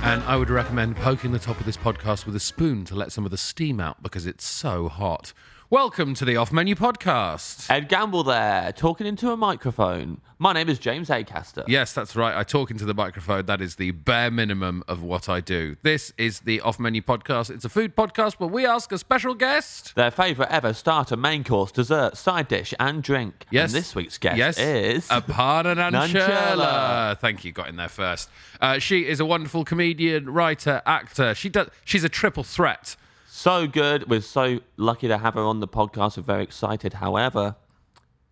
And I would recommend poking the top of this podcast with a spoon to let some of the steam out because it's so hot. Welcome to the Off Menu Podcast. Ed Gamble there, talking into a microphone. My name is James Acaster. Yes, that's right. I talk into the microphone. That is the bare minimum of what I do. This is the Off Menu Podcast. It's a food podcast, but we ask a special guest. Their favourite ever starter, main course, dessert, side dish, and drink. Yes. And this week's guest yes. Uh, is. A Parananchella. Nancherla. Thank you, got in there first. Uh, she is a wonderful comedian, writer, actor. She does, she's a triple threat. so good. We're so lucky to have her on the podcast. We're very excited. However,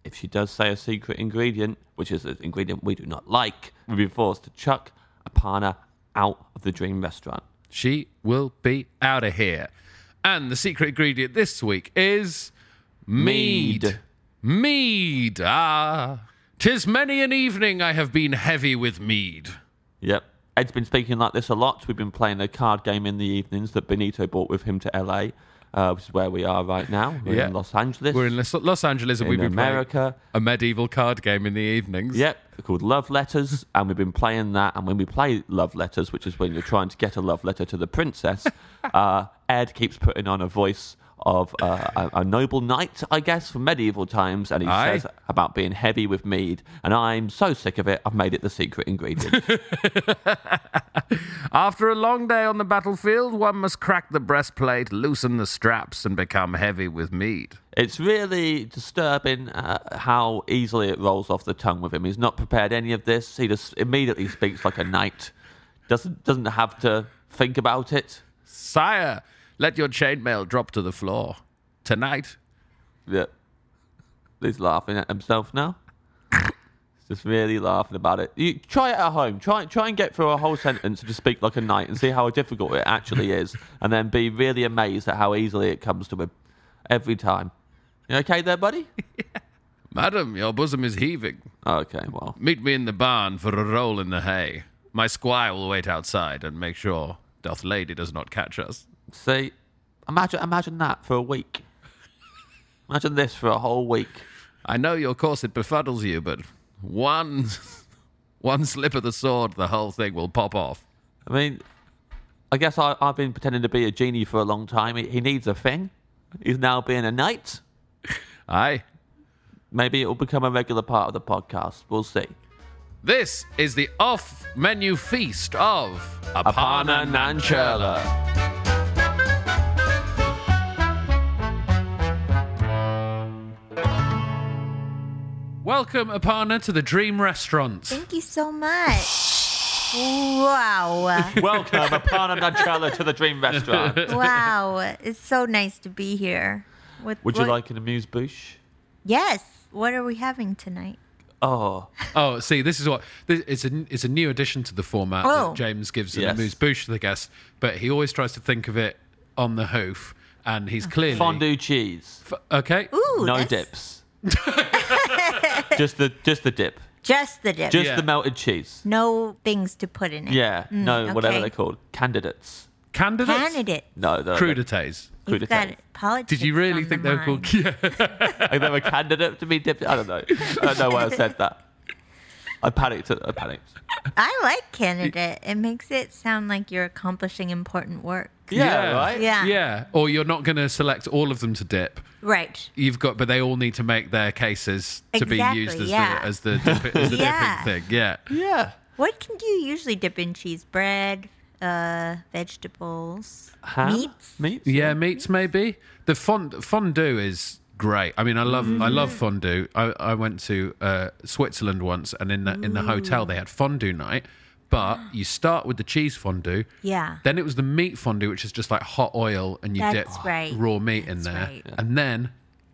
if she does say a secret ingredient, which is an ingredient we do not like, we'll be forced to chuck Apana out of the dream restaurant. She will be out of here. And the secret ingredient this week is mead. Mead. Mead. Ah. Tis many an evening I have been heavy with mead. Yep. Ed's been speaking like this a lot. We've been playing a card game in the evenings that Benito brought with him to LA, uh, which is where we are right now. We're Yeah. in Los Angeles. We're in Los, Los Angeles and In we've been playing America. a medieval card game in the evenings. Yep, they're called Love Letters, and we've been playing that. And when we play Love Letters, which is when you're trying to get a love letter to the princess, uh, Ed keeps putting on a voice of uh, a, a noble knight, I guess, from medieval times, and he Aye. says about being heavy with mead. And I'm so sick of it, I've made it the secret ingredient. After a long day on the battlefield, one must crack the breastplate, loosen the straps, and become heavy with mead. It's really disturbing uh, how easily it rolls off the tongue with him. He's not prepared any of this. He just immediately speaks like a knight. Doesn't doesn't have to think about it. Sire, let your chainmail drop to the floor. Tonight, Yeah. He's laughing at himself now. He's just really laughing about it. You try it at home. Try try and get through a whole sentence and just speak like a knight and see how difficult it actually is, and then be really amazed at how easily it comes to him every time. You okay there, buddy? madam, your bosom is heaving. Okay, well. Meet me in the barn for a roll in the hay. My squire will wait outside and make sure doth lady does not catch us. See, imagine imagine that for a week. Imagine this for a whole week. I know your corset befuddles you, but one one slip of the sword, the whole thing will pop off. I mean, I guess I, I've been pretending to be a genie for a long time. He, he needs a thing. He's now being a knight. Aye. Maybe it will become a regular part of the podcast. We'll see. This is the off menu feast of Apana Nancherla. Welcome, Apana, to the Dream Restaurant. Thank you so much. Wow. Welcome, Apana Nancherla, to the Dream Restaurant. Wow. It's so nice to be here. With, Would you what- like an amuse bouche? Yes. What are we having tonight? Oh, Oh, see, this is what this, it's a it's a new addition to the format Oh. that James gives an Yes. amuse bouche to the guest, but he always tries to think of it on the hoof, and he's clearly fondue cheese. F- okay, Ooh, no that's dips. just the just the dip. Just the dip. Just Yeah. the melted cheese. no things to put in it. Yeah, no, whatever Mm, okay. they're called, candidates. candidates, Candidate. No, they're, crudités. You've got it. Politics. Did you really on think the they were called? mind. Yeah. Like they were candidate to be dipped. I don't know. I don't know why I said that. I panicked. I panicked. I like Canada. It makes it sound like you're accomplishing important work. Yeah, right. Yeah. Yeah. Or you're not going to select all of them to dip. Right. You've got, but they all need to make their cases to Exactly, be used as yeah. the as the, dip, as the Yeah. dipping thing. Yeah. Yeah. What can you usually dip in cheese? Bread, uh, vegetables, Ham? meats. Meats. Yeah, meats maybe. The fond- fondue is great. I mean, I love I love Mm. fondue. I, I went to uh, Switzerland once, and in the in the hotel they had fondue night. But you start with the cheese fondue. Yeah. Then it was the meat fondue, which is just like hot oil, and you That's dip right. raw meat in That's there, right. and then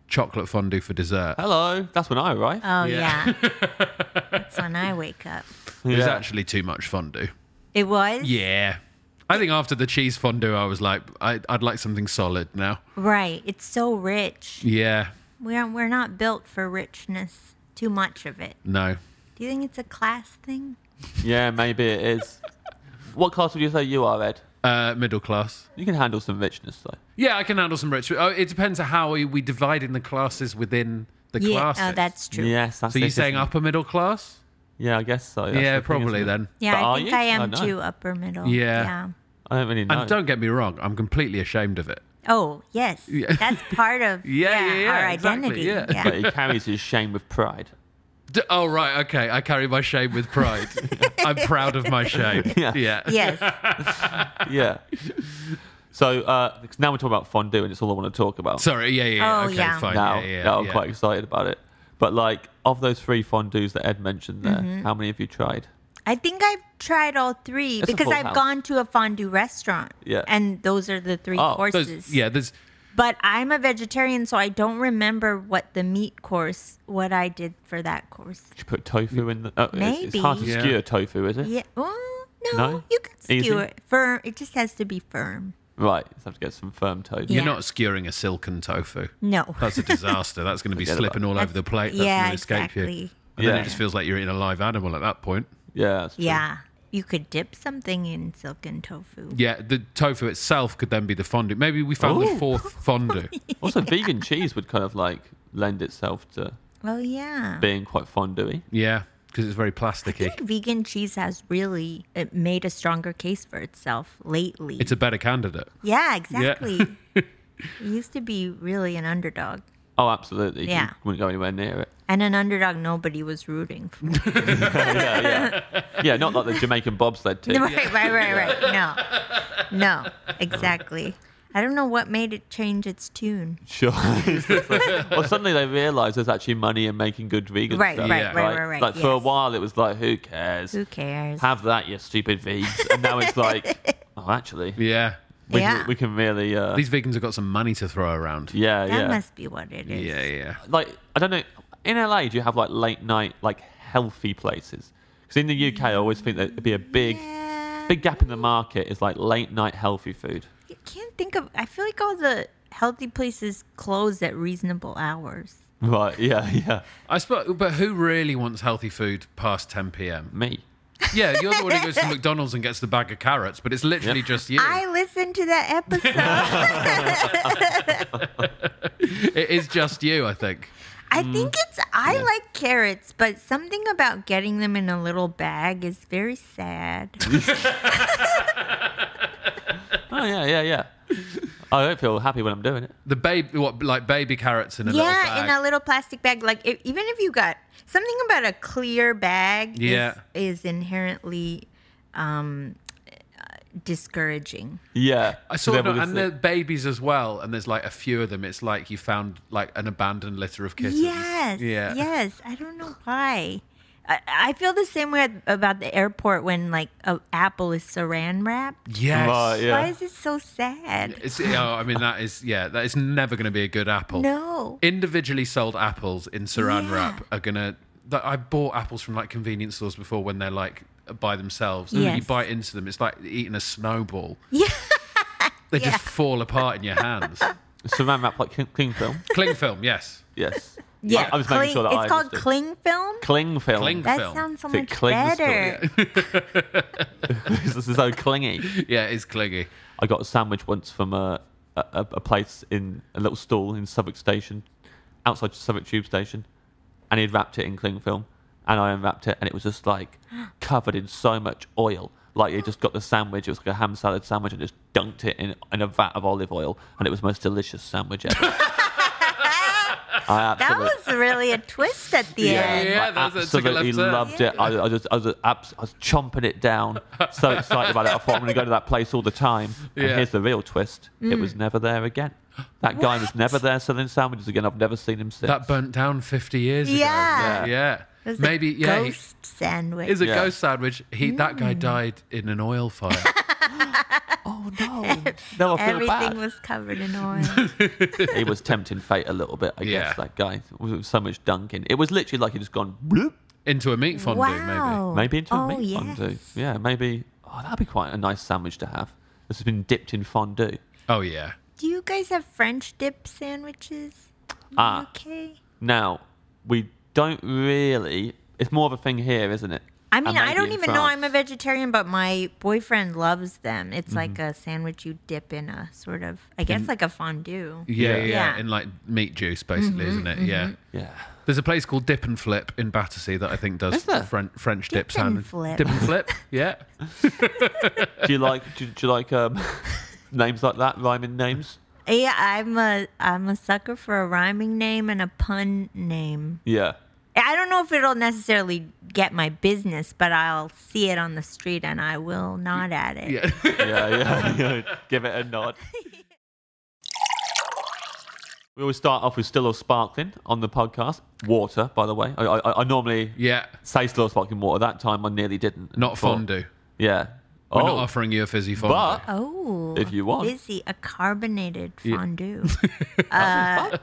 chocolate fondue for dessert. Hello. That's when I arrived. Oh Yeah. yeah. That's when I wake up. It was Yeah. actually too much fondue. It was Yeah. I think after the cheese fondue, I was like, I, I'd like something solid now. right. It's so rich. Yeah. We're we're not built for richness. Too much of it. No. Do you think it's a class thing? Yeah, maybe it is. what class would you say you are, Ed? Uh, middle class. You can handle some richness, though. Yeah, I can handle some rich. Oh, it depends on how we, we divide in the classes within the Yeah. classes. Oh, that's true. Yes, that's so you're it, saying isn't it? upper middle class? Yeah, I guess so. That's yeah, the thing, probably isn't it? then. Yeah, But I are think you? I am don't know. too upper middle. Yeah. I don't really know. And don't get me wrong, I'm completely ashamed of it. Oh yes, that's part of Yeah, yeah, yeah, our exactly, identity. yeah. But he carries his shame with pride. D- oh right, okay. I carry my shame with pride. I'm proud of my shame. Yeah. yeah. yes, Yeah. so uh, 'cause now we're talking about fondue, and it's all I want to talk about. Sorry. Yeah, yeah. yeah, Oh, okay, yeah. fine. now, yeah, yeah, now I'm yeah. quite excited about it. But like, of those three fondues that Ed mentioned there, Mm-hmm. how many have you tried? I think I've tried all three It's a because full I've house. gone to a fondue restaurant. Yeah. and those are the three Oh, courses. Those, yeah. There's. but I'm a vegetarian, so I don't remember what the meat course, what I did for that course. Did you put tofu in? The, uh, It's, it's Mm, Maybe. hard to Yeah. skewer tofu, is it? Yeah, oh, no, No? you can skewer Easy? it firm. It just has to be firm. Right. You have to get some firm tofu. Yeah. You're not skewering a silken tofu. No, That's a disaster. That's going to be Forget slipping about all over the plate. That's yeah, going to escape exactly. you. And then Yeah. it just feels like you're eating a live animal at that point. Yeah. that's true. Yeah, you could dip something in silken tofu. Yeah, the tofu itself could then be the fondue. Maybe we found the Ooh. fourth fondue. Also, vegan cheese would kind of like lend itself to Oh yeah. being quite fondue. Yeah, because it's very I plasticky. think vegan cheese has really it made a stronger case for itself lately. It's a better candidate. yeah, exactly. it used to be really an underdog, Oh, absolutely. Yeah. You wouldn't go anywhere near it. and an underdog nobody was rooting for. Yeah, not like the Jamaican bobsled team. Right, right, right, right. No, no, exactly. I don't know what made it change its tune. Sure. well, suddenly they realise there's actually money in making good vegan Right, stuff. right, Yeah. right, right, right. Like for a yes. while, it was like, who cares? Who cares? Have that, you stupid vegans. And now it's like, oh, actually, Yeah. we, Yeah. we can really, uh, These vegans have got some money to throw around. yeah, that yeah. must be what it is. Yeah, yeah. Like I don't know. In LA, do you have like late night, like healthy places? Because in the UK, I always think there'd be a big, Yeah. big gap in the market. Is like late night healthy food. I can't think of. I feel like all the healthy places close at reasonable hours. Right? Yeah, yeah. I suppose, but who really wants healthy food past 10 p.m.? Me. Yeah, you're the one who goes to McDonald's and gets the bag of carrots, but it's literally just you. I listened to that episode. It is just you, I think. I think Mm. it's I like carrots, but something about getting them in a little bag is very sad. Oh yeah, yeah, yeah. I don't feel happy when I'm doing it. The baby, what, like baby carrots in a little yeah, bag. in a little plastic bag. Like if, even if you got something about a clear bag, Yeah. is, is inherently um, uh, discouraging. Yeah. I So saw then no, we'll and just- the babies as well, and there's like a few of them. It's like you found like an abandoned litter of kittens. Yes, Yeah. yes. I don't know why. I, I feel the same way about the airport when like a apple is saran wrapped. Yes. Right, yeah. Why is it so sad? It's, yeah, I mean, that is, yeah, that is never going to be a good apple. No. Individually sold apples in saran Yeah. wrap are going to. I bought apples from like convenience stores before when they're like by themselves. And Yes. you bite into them, it's like eating a snowball. Yeah. They just fall apart in your hands. saran wrap like cling- cling film. Cling film, yes. Yes. Yeah. I was making cling- sure that it's I called understood. cling film. Cling film. Cling- That film. sounds so It much clings to it. better. this is so clingy. Yeah, it's clingy. I got a sandwich once from a, a a a place in a little stall in Southwark Station, outside Southwark Tube Station, and he'd wrapped it in cling film. and I unwrapped it, and it was just like covered in so much oil. Like you just got the sandwich. It was like a ham salad sandwich, and just dunked it in, in a vat of olive oil, and it was the most delicious sandwich ever. I That absolutely, was really a twist at the end. Yeah, I that's it. Took a absolutely left turn. loved it. I, I just, I was, abs- I was chomping it down, so excited about it. I thought I'm going to go to that place all the time. And Yeah. here's the real twist: it Mm. was never there again. That guy was never there selling sandwiches again. I've never seen him since. That burnt down 50 years ago. Yeah. Yeah. It was a Maybe, yeah. he- Ghost Mm. sandwich. Is a Yeah. ghost sandwich. He that guy died in an oil fire. oh no! No, I feel Everything bad. was covered in oil. he was tempting fate a little bit. I Yeah. guess that guy with so much dunking. It was literally like he just gone bloop, into a meat fondue, maybe. wow. maybe into oh, a meat yes. fondue. Yeah, maybe. Oh, that'd be quite a nice sandwich to have. This has been dipped in fondue. Oh yeah. Do you guys have French dip sandwiches? in Ah. UK? Now, we don't really. It's more of a thing here, isn't it? I mean, And I maybe don't in even know I'm a France. vegetarian, but my boyfriend loves them. It's like Mm-hmm. a sandwich you dip in a sort of, I guess, like a fondue. Yeah, yeah, Yeah. Mm-hmm, in like meat juice, basically, isn't it? Yeah. Yeah. There's a place called Dip and Flip in Battersea that I think does Is there? French, French Dip dip, and sandwich. Flip. Dip and Flip, yeah. Do you like? Do, do you like um, names like that? Rhyming names? Yeah, I'm a I'm a sucker for a rhyming name and a pun name. Yeah. I don't know if it'll necessarily get my business, but I'll see it on the street and I will nod at it. Yeah. Yeah, yeah, yeah. Give it a nod. We always start off with still or sparkling on the podcast. Water, by the way. I, I, I normally yeah. say still or sparkling water. That time I nearly didn't. Not But- fondue. Yeah. We're oh, not offering you a fizzy fondue. but Oh, If you want. fizzy, a carbonated fondue. uh,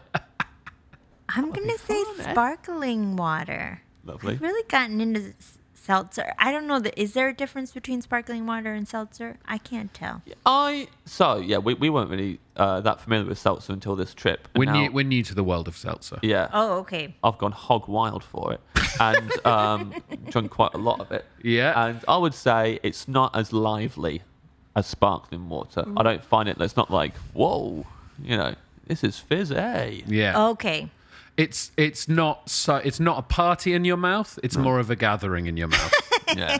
I'm gonna say sparkling water. lovely. I've really gotten into s- seltzer. I don't know. The, is there a difference between sparkling water and seltzer? I can't tell. I so yeah, we, we weren't really uh, that familiar with seltzer until this trip. and we're, now- new, we're new to the world of seltzer. yeah, Oh, okay. I've gone hog wild for it and um, drunk quite a lot of it. Yeah. and I would say it's not as lively as sparkling water. I don't find it. It's not like whoa, you know, this is fizz, eh? Yeah. Okay. It's it's not so it's not a party in your mouth. It's more of a gathering in your mouth. Yeah,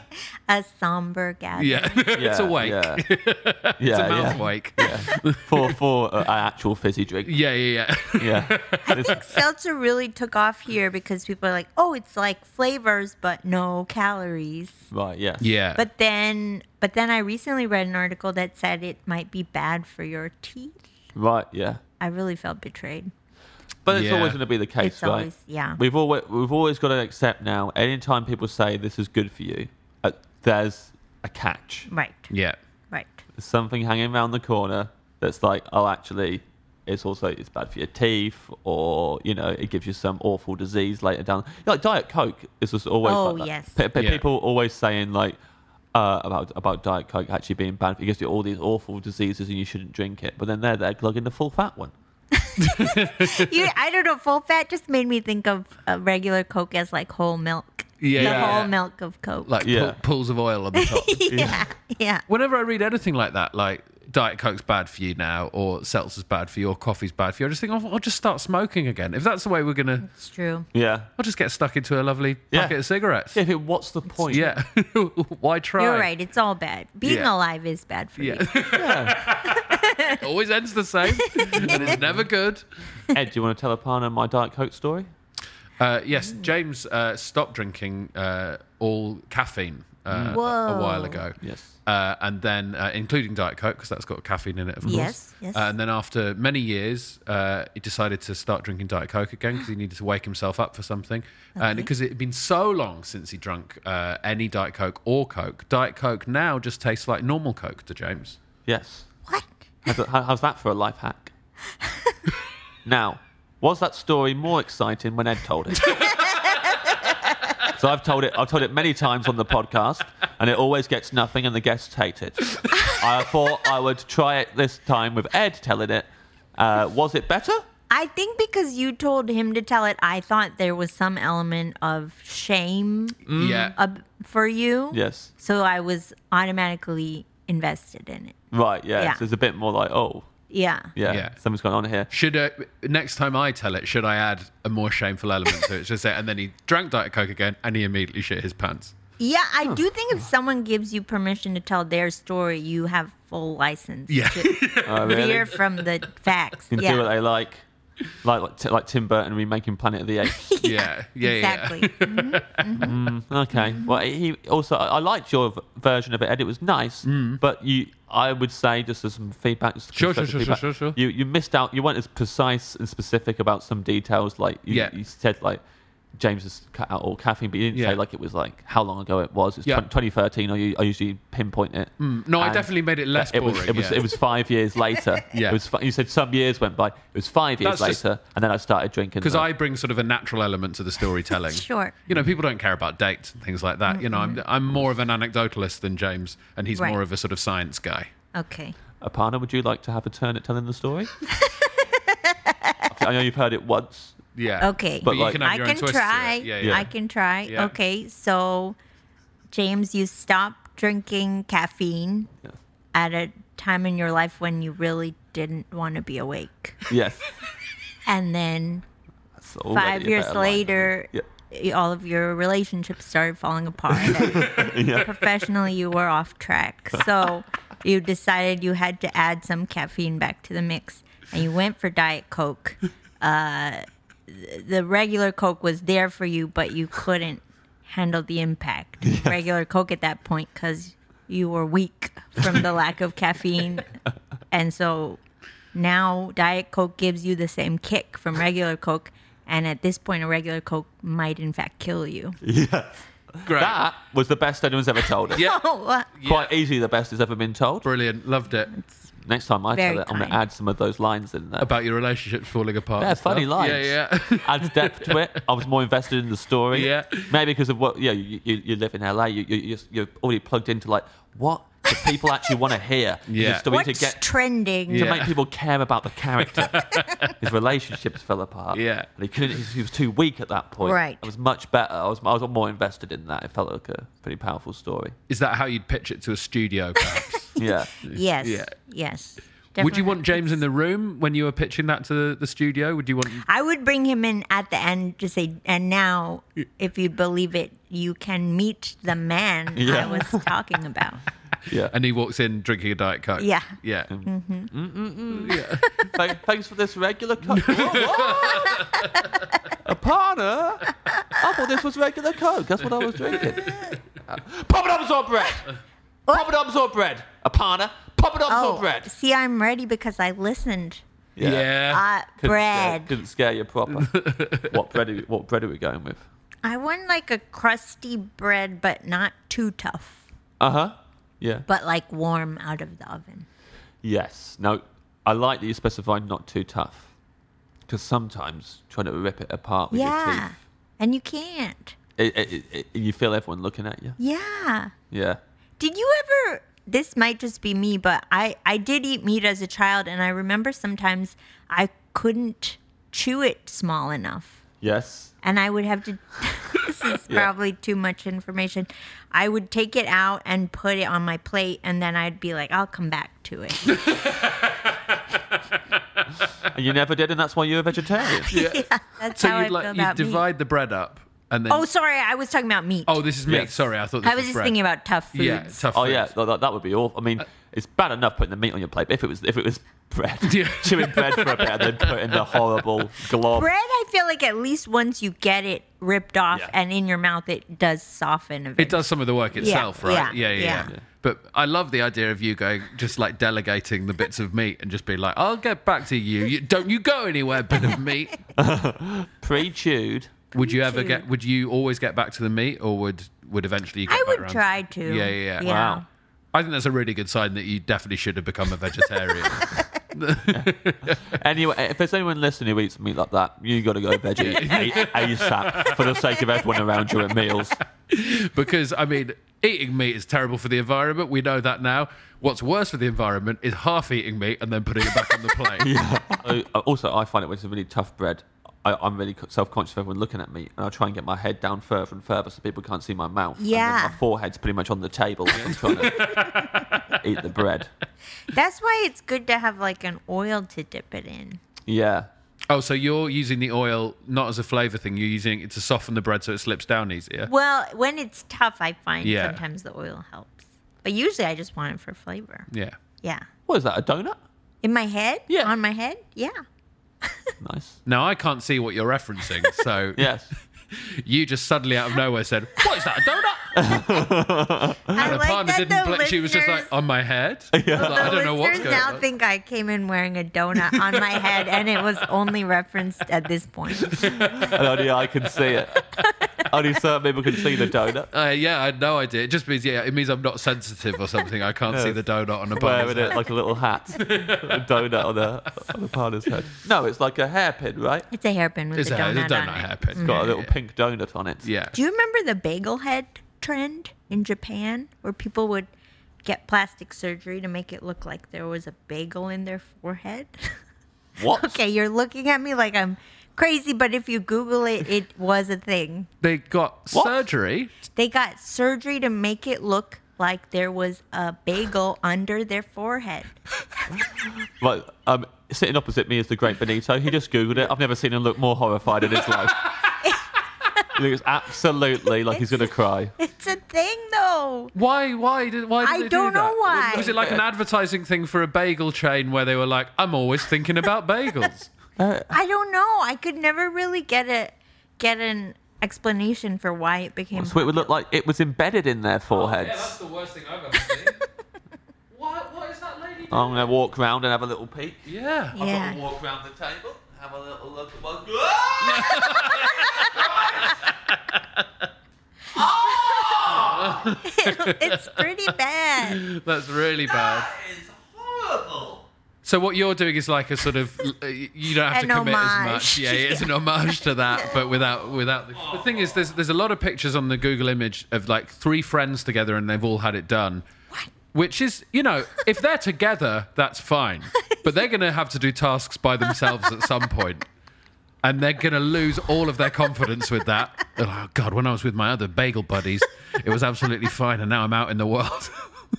A somber gathering. yeah. it's Yeah, a wake. Yeah, It's yeah, a mouth yeah. wake. for for uh, an actual fizzy drink. Yeah, yeah, yeah. Yeah, I think seltzer really took off here because people are like, oh, it's like flavors, but no calories. right. Yeah, yeah. But then, but then I recently read an article that said it might be bad for your teeth. right. Yeah. I really felt betrayed. But it's Yeah. always going to be the case, It's right? always- yeah. We've always we've always got to accept now. Anytime people say this is good for you, uh, there's a catch. Right. yeah. Right. There's something hanging around the corner that's like, oh, actually, it's also it's bad for your teeth, or you know, it gives you some awful disease later down. Like Diet Coke is just always Oh, like that. yes. Pe- pe- Yeah. People always saying like. Uh, about about Diet Coke actually being bad for you, it gives you all these awful diseases and you shouldn't drink it. But then they're there glugging the full fat one. You, I don't know. Full fat just made me think of uh, regular Coke as like whole milk. Yeah. The Yeah. whole milk of Coke. Like pu- Yeah. pools of oil on the top. yeah. Yeah. Whenever I read anything like that, like Diet Coke's bad for you now, or seltzer's bad for you, or coffee's bad for you, I just think "Oh, I'll, I'll just start smoking again. If that's the way we're gonna, It's true. Yeah. I'll just get stuck into a lovely Yeah. packet of cigarettes. If it, what's the point? Yeah. Why try? You're right. It's all bad. Being Yeah. alive is bad for Yeah. you. it always ends the same, and it's never good. Ed, do you want to tell Apana my Diet Coke story? Uh, yes, James uh, stopped drinking uh, all caffeine uh, a, a while Whoa. ago. Yes. Uh, and then, uh, including Diet Coke, because that's got caffeine in it, of course. Yes, yes. Uh, and then, after many years, uh, he decided to start drinking Diet Coke again because he needed to wake himself up for something. And because it had been so long since he drank uh, any Diet Coke or Coke, Diet Coke now just tastes like normal Coke to James. Yes. What? How's, how- how's that for a life hack? now, was that story more exciting when Ed told it? so I've told it. I've told it many times on the podcast, and it always gets nothing, and the guests hate it. I thought I would try it this time with Ed telling it. Uh, was it better? I think because you told him to tell it, I thought there was some element of shame Yeah. ab- for you. Yes. So I was automatically invested in it. Right. Yes. Yeah. It's a bit more like, oh, Yeah. Yeah, Yeah. something's going on here. Should uh, next time I tell it, should I add a more shameful element to it? Should I say, and then he drank Diet Coke again, and he immediately shit his pants. Yeah, I do think if someone gives you permission to tell their story, you have full license. Yeah. to Oh, really? veer from the facts. You can do what yeah. they like, like like, t- like Tim Burton remaking Planet of the Apes. Yeah, yeah, yeah. exactly. okay. Mm-hmm. Well, he also I, I liked your v- version of it, Ed. It was nice, but you, I would say, just as some feedback. just Mm. Sure, sure, constructive sure, sure, feedback, sure, sure. You you missed out. You weren't as precise and specific about some details. Like you, Yeah. you said, like. James has cut out all caffeine, but you didn't Yeah. say like it was like how long ago it was. It's Yeah. 20- 2013. I, u- I usually pinpoint it. No, I And- definitely made it less it boring. was it was yeah. it was five years later. Yeah. it was. Fi- you said some years went by. It was five years That's just- later, and then I started drinking. because the- I bring sort of a natural element to the storytelling. Sure. You know, people don't care about dates and things like that. You know, I'm I'm more of an anecdotalist than James, and he's Right. more of a sort of science guy. Okay. Aparna, would you like to have a turn at telling the story? I know you've heard it once. Yeah. Okay. But, like- you can have I your can own twist to it. try. Yeah, yeah. I can try. Yeah. Okay. So, James, you stopped drinking caffeine at a time in your life when you really didn't want to be awake. Yes. And then That's already five a years better line. later, Yeah. y- all of your relationships started falling apart. Professionally, you were off track. So you decided you had to add some caffeine back to the mix, and you went for Diet Coke. Uh, th- the regular Coke was there for you, but you couldn't handle the impact. Regular Coke at that point because you were weak from the lack of caffeine, and so now Diet Coke gives you the same kick from regular Coke, and at this point, a regular Coke might in fact kill you. Great. That was the best anyone's ever told it. Yeah. Oh, Quite easily the best it's ever been told. Brilliant. Loved it. Next time I Very tell it, I'm going kind. to add some of those lines in there. About your relationships falling apart. They're and stuff. funny lines. Yeah, yeah. Adds depth to it. I was more invested in the story. Yeah. Maybe because of what, yeah, you, you, you live in LA, you, you, you're- you're already plugged into like, what do people actually want to hear? in this Yeah. story what's to get trending? to Yeah. make people care about the character. His relationships fell apart. Yeah. and he couldn't. He, he was too weak at that point. Right. It was much better. I was. I was more invested in that. It felt like a pretty powerful story. Is that how you'd pitch it to a studio? Perhaps? Yeah. Yes. Yeah. Yes. Would you Definitely. want James in the room when you were pitching that to the, the studio? Would you want? I would bring him in at the end to say, and now, if you believe it, you can meet the man Yeah. I was talking about. yeah. And he walks in drinking a diet coke. Yeah. Yeah. Th- thanks for this regular coke. Whoa, what? a partner. I thought this was regular coke. That's what I was drinking. Uh, Poppadoms or bread. Poppadoms or bread. A partner. Poppadoms Oh, or bread. see, I'm ready because I listened. Yeah. Uh, Couldn't scare- bread. didn't scare you proper. what bread? Are, we- what bread are we going with? I want like a crusty bread, but not too tough, Uh huh. Yeah. but like warm out of the oven. Yes. Now, I like that you specified not too tough, because sometimes trying to rip it apart with your Yeah. teeth, And you can't. it, it, it, it- you feel everyone looking at you. Yeah. Yeah. Did you ever? This might just be me, but I I did eat meat as a child, and I remember sometimes I couldn't chew it small enough, Yes. and I would have to. this is Yeah. probably too much information. I would take it out and put it on my plate, and then I'd be like, "I'll come back to it." And you never did, and that's why you're a vegetarian. That's So how I you'd feel like you about meat. divide the bread up and then. Oh, sorry, I was talking about meat. Oh, this is me. Yes. Sorry, I thought. This I was just bread. thinking about tough foods. Yeah, tough. Oh yeah, foods. tha- tha- that, would be awful. I mean, it's bad enough putting the meat on your plate. But if it was, if it was bread, chewing bread for a bit, and then putting the horrible glob. Bread, I feel like at least once you get it ripped off Yeah. and in your mouth, it does soften a bit. It does some of the work itself, right? yeah, Yeah yeah, yeah, yeah. Yeah. But I love the idea of you going just like delegating the bits of meat and just being like, "I'll get back to you. you don't you go anywhere, bit of meat." pre-chewed. Would you ever too. get? Would you always get back to the meat, or would would eventually? You get I back would round try to. Yeah, yeah, yeah. Yeah. Wow. I think that's a really good sign that you definitely should have become a vegetarian. Anyway, if there's anyone listening who eats meat like that, you got to go veggie a- ASAP for the sake of everyone around you at meals. because I mean, eating meat is terrible for the environment. We know that now. What's worse for the environment is half eating meat and then putting it back on the plate. Uh, also, I find it when it's a really tough bread. I, I'm really self conscious of everyone looking at me, and I try and get my head down further and further so people can't see my mouth. And then Yeah. my forehead's pretty much on the table. as I'm trying to eat the bread. That's why it's good to have like an oil to dip it in. Yeah. Oh, so you're using the oil not as a flavour thing, you're using it to soften the bread so it slips down easier. Well, when it's tough, I find Yeah. sometimes the oil helps. But usually I just want it for flavor. Yeah. Yeah. What is that? A donut? In my head? Yeah. On my head? Yeah. Nice. Now I can't see what you're referencing, so Yes. you just suddenly out of nowhere said, "What is that? A donut?" I And her partner didn't. Play, she was just like listeners- on my head. I, was like, the I don't know what's listeners going now on. think I came in wearing a donut on my head, and it was only referenced at this point. and only I can see it. only certain people can see the donut. Uh, yeah, I had no idea. It just means yeah, it means I'm not sensitive or something. I can't see the donut on a Wearing bun. it like a little hat, a donut on a on a partner's head. No, it's like a hairpin, right? It's a hairpin with It's a a, donut, it's a donut on it. hairpin. It's got a little pink donut on it. Yeah. Do you remember the bagel head trend in Japan, where people would get plastic surgery to make it look like there was a bagel in their forehead? What? okay, you're looking at me like I'm crazy, but if you Google it, it was a thing. They got What? surgery. They got surgery to make it look like there was a bagel under their forehead. Right, um, sitting opposite me is the great Benito. He just googled it. I've never seen him look more horrified in his life. he looks absolutely like he's gonna cry. It's a thing, though. Why? Why did? Why did I they do don't know that? why. Was it like an advertising thing for a bagel chain where they were like, "I'm always thinking about bagels." I don't know. I could never really get a get an explanation for why it became. So it would look like it was embedded in their foreheads. the worst thing I've ever seen. what? What is that lady? Oh. I'm gonna walk round and have a little peek. Yeah. I've gotta Yeah. walk round the table, have a little look at my. it's pretty bad. That's really bad. is horrible. So what you're doing is like a sort of uh, you don't have An to commit as homage. much. Yeah, it's an homage to that, but without without the, the thing is there's there's a lot of pictures on the Google image of like three friends together and they've all had it done. Which is, you know, if they're together, that's fine. But they're going to have to do tasks by themselves at some point. And they're going to lose all of their confidence with that. They're like, oh, God, when I was with my other bagel buddies, it was absolutely fine. And now I'm out in the world.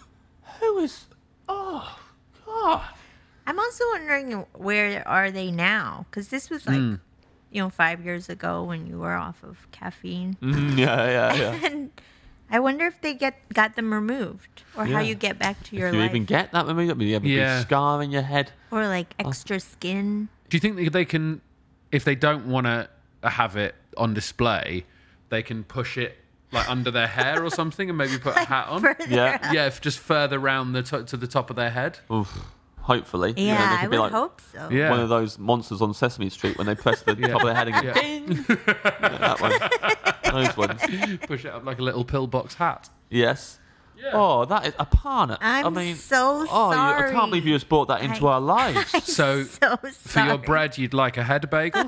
Who is? Oh God! I'm also wondering where are they now? Because this was like, Hmm. you know, five years ago when you were off of caffeine, Mm, yeah, yeah, yeah. and I wonder if they get got them removed or how Yeah. you get back to your Do you life, even get Oh. that memory? I mean, you have a Yeah. big scar in your head. or like extra skin. Do you think that they can, if they don't want to have it on display, they can push it like under their hair or something and maybe put a hat on? Yeah. Yeah, if just further round the to, to the top of their head. Oof. Hopefully. You know, Yeah, they I could would be like hope so. Yeah. One of those monsters on Sesame Street when they press the top of their head and go Yeah. ding. Yeah, that one. Those ones. Push it up like a little pillbox hat. Yes. Oh, that is a partner. I I'm mean, so oh, you- I can't sorry. believe you just brought that into I- our lives. So, So sorry. for your bread, you'd like a head bagel?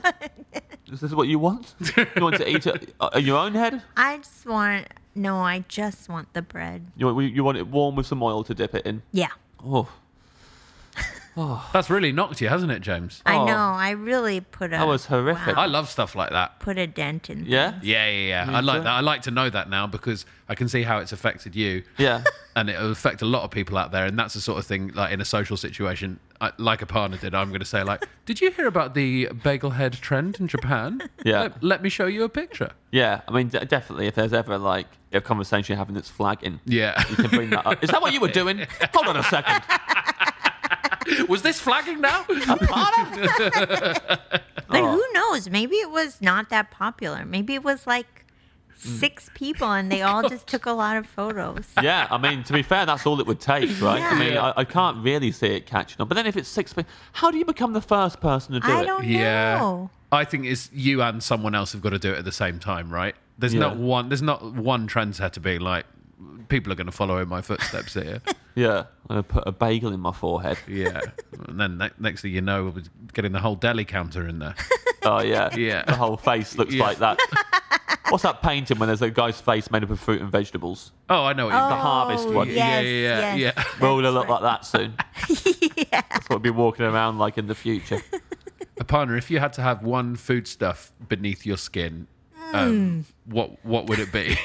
Is this what you want? You want to eat it uh, in your own head? I just want no. I just want the bread. You want, you want it warm with some oil to dip it in? Yeah. Oh, That's really knocked you, hasn't it, James? I Oh. know. I really put a That was horrific. I love stuff like that. put a dent in. yeah? Yeah, yeah, yeah. I like that. I like to know that now because I can see how it's affected you. Yeah. and it'll affect a lot of people out there. And that's the sort of thing, like in a social situation, I, like a partner did. I'm going to say, like, did you hear about the bagel head trend in Japan? Yeah. Let, let me show you a picture. Yeah, I mean, de- definitely. If there's ever like a conversation you're having that's flagging, Yeah. you can bring that up. Is that what you were doing? Hold on a second. Was this flagging now? But Oh. who knows? Maybe it was not that popular. Maybe it was like six people and they all just took a lot of photos. Yeah, I mean, to be fair, that's all it would take, right? I mean, I, I can't really see it catching on. But then if it's six, pe- how do you become the first person to do I it? don't yeah. know. I think it's you and someone else have got to do it at the same time, right? There's Yeah. not one. There's not one trendsetter being like, people are going to follow in my footsteps here. Yeah, I'm gonna put a bagel in my forehead. yeah. And then ne- next thing you know, we'll be getting the whole deli counter in there. Oh yeah, Yeah. The whole face looks Yeah. like that. What's that painting when there's a guy's face made up of fruit and vegetables? Oh, I know what you The mean. harvest one. Yeah, yeah, Oh, Yes, yeah, yes. yeah. We're all gonna That's look like that soon. That's what we'll be walking around like in the future. Aparna, if you had to have one foodstuff beneath your skin, um, Hmm. what what would it be?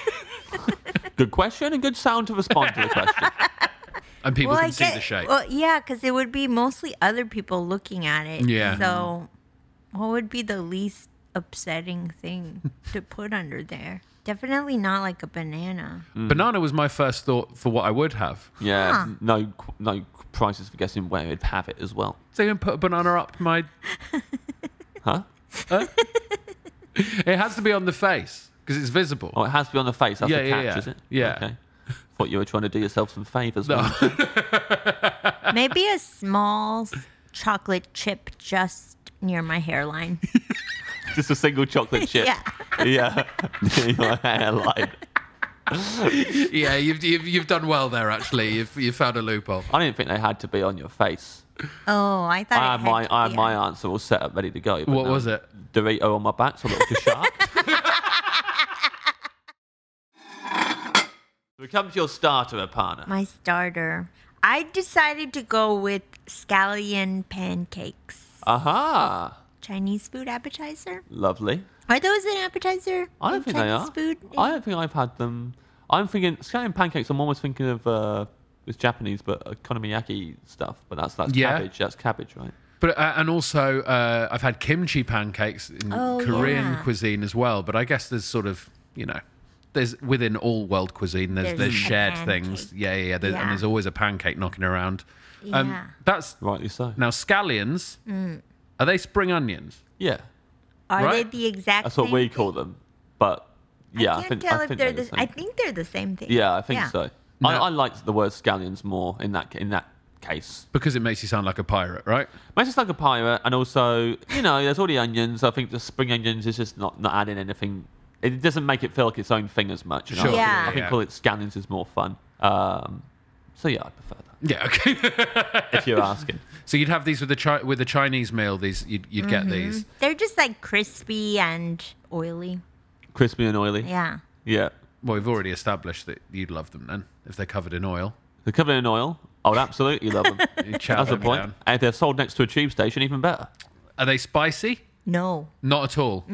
Good question and good sound to respond to the question. and people well, can I see get, the shape. Well, yeah, because it would be mostly other people looking at it. Yeah. So, what would be the least upsetting thing to put under there? Definitely not like a banana. Banana was my first thought for what I would have. Yeah, no, qu- no prices for guessing where we'd have it as well. So you can put a banana up my. Huh? It has to be on the face because it's visible. Oh, it has to be on the face. That's Yeah, the yeah, catch, yeah. is it? Yeah. Okay. Thought you were trying to do yourself some favors. No. Maybe a small s- chocolate chip just near my hairline. Just a single chocolate chip. Yeah. Yeah. Your hairline. Yeah, you've, you've you've done well there. Actually, you've you found a loophole. I didn't think they had to be on your face. Oh, I thought I had it had my, to I be had a- my answer all set up, ready to go. but What no. was it? Dorito on my back, so I look like a shark. we come to your starter, partner. my starter. I decided to go with scallion pancakes, Aha! Chinese food appetizer. Lovely. Are those an appetizer? I in don't think they Chinese are. Food? I don't think I've had them. I'm thinking scallion pancakes. I'm almost thinking of uh, it's Japanese, but uh, okonomiyaki stuff. But that's that's Yeah. cabbage. That's cabbage, right? But uh, and also, uh, I've had kimchi pancakes in Oh, Korean yeah. cuisine as well. But I guess there's sort of you know, there's within all world cuisine, there's there's, There's a shared pancake. things. Yeah, yeah, yeah. There's, Yeah. And there's always a pancake knocking around. Um, Yeah. Mm. that's Rightly so. now scallions. Are they spring onions? Yeah, Are Right? they the exact? that's what same we thing? call them. But yeah, I I, can't think tell I if think they're they're the. the I same. think they're the same thing. Yeah, I think so. I, No. I liked the word scallions more in that in that case. Because it makes you sound like a pirate, right? Makes us like a pirate, and also you know, there's all the onions. I think the spring onions is just not not adding anything. It doesn't make it feel like its own thing as much. You know? Sure. Yeah. I think Yeah. call it scallions is more fun. Um, so yeah, I prefer that. Yeah. Okay. If you're asking, so you'd have these with the chi- with the Chinese meal. These you'd, you'd Mm-hmm. get these. They're just like crispy and oily. crispy and oily. Yeah. Yeah. Well, we've already established that you'd love them then if they're covered in oil. They're covered in oil. I would absolutely love them. You'd chow That's the them point. down. And if they're sold next to a tube station, even better. Are they spicy? No, Not at all.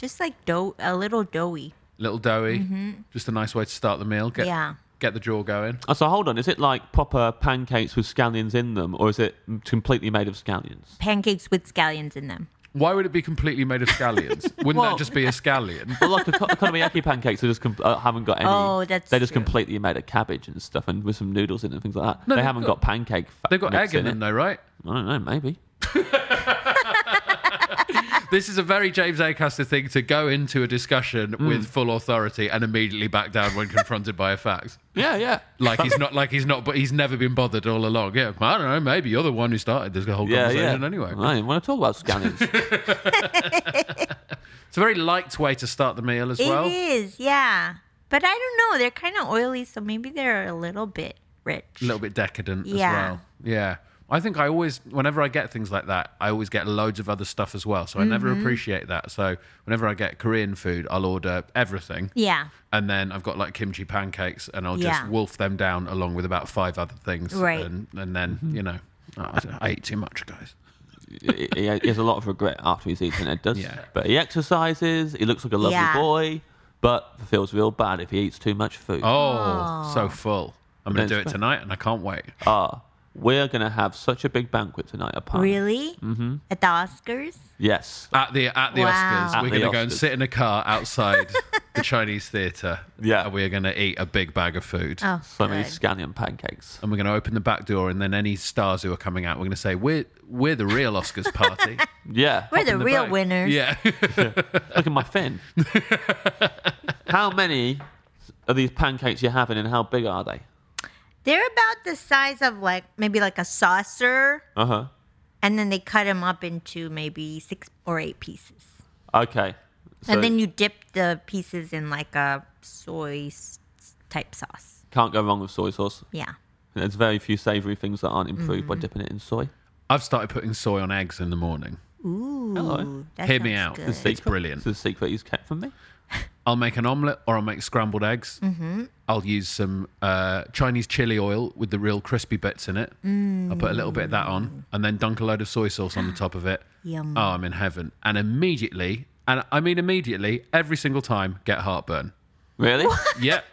just like dough, a little doughy. Little doughy. Just a nice way to start the meal. Get, Yeah. Get the jaw going. Oh, so hold on, is it like proper pancakes with scallions in them, or is it completely made of scallions? Pancakes with scallions in them. Why would it be completely made of scallions? Wouldn't Well- that just be a scallion? Well, like eko- okonomiyaki pancakes, they just com- uh, haven't got any. Oh, that's They're just true. completely made of cabbage and stuff, and with some noodles in it and things like that. No, they they've haven't got- got, pancake. Fa- They've got mix egg in them it. though, right? I don't know, maybe. This is a very James Acaster thing to go into a discussion Mm. with full authority and immediately back down when confronted by a fact. Yeah, yeah. Like he's not, like he's not, but he's never been bothered all along. Yeah, I don't know. Maybe you're the one who started this whole yeah, conversation yeah. anyway. I didn't want to talk about scallions. It's a very light way to start the meal as It is, well. yeah. But I don't know. They're kind of oily, so maybe they're a little bit rich. a little bit decadent as Yeah. well. Yeah. I think I always, whenever I get things like that, I always get loads of other stuff as well. So I Mm-hmm. never appreciate that. So whenever I get Korean food, I'll order everything. Yeah. And then I've got like kimchi pancakes and I'll Yeah. just wolf them down along with about five other things. Right. And, and then, you know, oh, I ate too much, guys. he, he- he has a lot of regret after he's eaten, Ed does. Yeah. But he exercises, he looks like a lovely Yeah. boy, but feels real bad if he eats too much food. Oh, so full. I'm going to That's do it fine. tonight and I can't wait. Ah, we're going to have such a big banquet tonight, apart. Really? Mm-hmm. At the Oscars? Yes. At the at the Wow. Oscars, At we're the going to go and Oscars. sit in a car outside the Chinese theatre. Yeah. and we are going to eat a big bag of food. Oh, So many good. scallion pancakes. and we're going to open the back door, and then any stars who are coming out, we're going to say we're we're the real Oscars party. Yeah. We're the in the real back. winners. yeah, Look at my fin. how many of these pancakes you having and how big are they? They're about the size of like maybe like a saucer, Oh. Uh huh. and then they cut them up into maybe six or eight pieces. Okay. So and then you dip the pieces in like a soy s- type sauce. can't go wrong with soy sauce. Yeah. There's very few savoury things that aren't improved by dipping it in soy. I've started putting soy on eggs in the morning. Ooh, Hello. that Hear Oh, me sounds out. good. It's It's brilliant. It's a secret he's kept from me. I'll make an omelette or I'll make scrambled eggs. Mm-hmm. I'll use some uh, Chinese chili oil with the real crispy bits in it. I'll put a little bit of that on and then dunk a load of soy sauce on the top of it. Mm. Yum. Oh, I'm in heaven. And immediately, and I mean immediately, every single time, get heartburn. Really? Yep.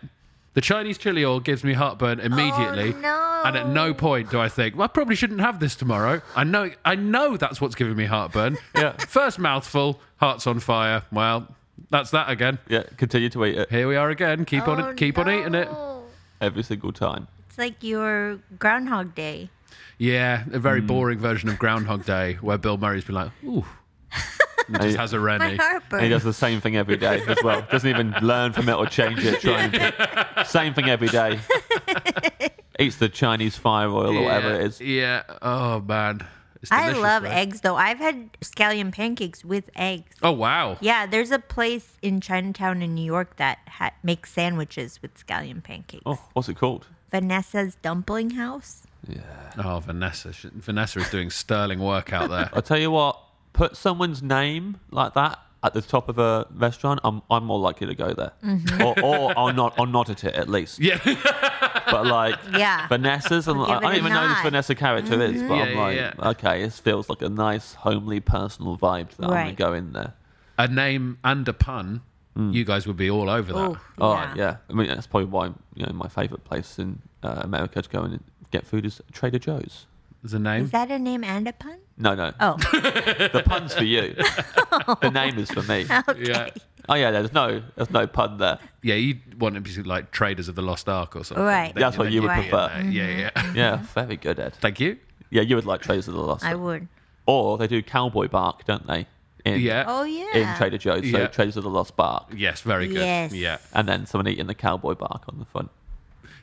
The Chinese chili oil gives me heartburn immediately. Oh, no. And at no point do I think, well, I probably shouldn't have this tomorrow. I know I know that's what's giving me heartburn. Yeah. First mouthful, heart's on fire. Well, that's that again. yeah. Continue to eat it Here we are again. Keep on Oh, it. Keep on eating it. no. every single time. It's like your Groundhog Day. Yeah, a Hmm. very boring version of Groundhog Day where Bill Murray's been like, ooh, And just he, has a My Rennie. heartburn. and he does the same thing every day as well. Doesn't even learn from it or change it. Trying to, same thing every day. Eats the Chinese fire oil or whatever it is. Yeah. Oh man. It's I delicious, love though. eggs though. I've had scallion pancakes with eggs. Oh wow. Yeah, there's a place in Chinatown in New York that ha- makes sandwiches with scallion pancakes. Oh, what's it called? Vanessa's Dumpling House. Oh Vanessa. She- Vanessa is doing sterling work out there. I tell you what, put someone's name like that at the top of a restaurant, I'm, I'm more likely to go there. Mm-hmm. Or, or I'll, not, I'll nod at it at least. Yeah. But like, Yeah. Vanessa's, and Give I, I it don't a even know who this nod. Vanessa character is, but Mm-hmm. Yeah, I'm yeah, like, yeah. okay, this feels like a nice, homely, personal vibe that I'm going Right. to go in there. a name and a pun, Hmm. you guys would be all over that. Oh, Oh yeah. I mean that's probably why you know my favorite place in uh, America to go and get food is Trader Joe's. There's a name. Is that a name and a pun? No, no, Oh, the pun's for you. the name is for me. yeah. Oh yeah, there's no, there's no pun there. Yeah, you want it to be like Traders of the Lost Ark or something. Right. Mm-hmm. That's what you would you'd be in prefer. there. Yeah, yeah. Yeah, very good, Ed. Thank you. Yeah, you would like Traders of the Lost. I Ark. would. Or they do cowboy bark, don't they? In, Yeah. Oh In yeah. Trader Joe's, so Yeah. Traders of the Lost Bark, Yes, very good. Yes. Yeah. and then someone eating the cowboy bark on the front.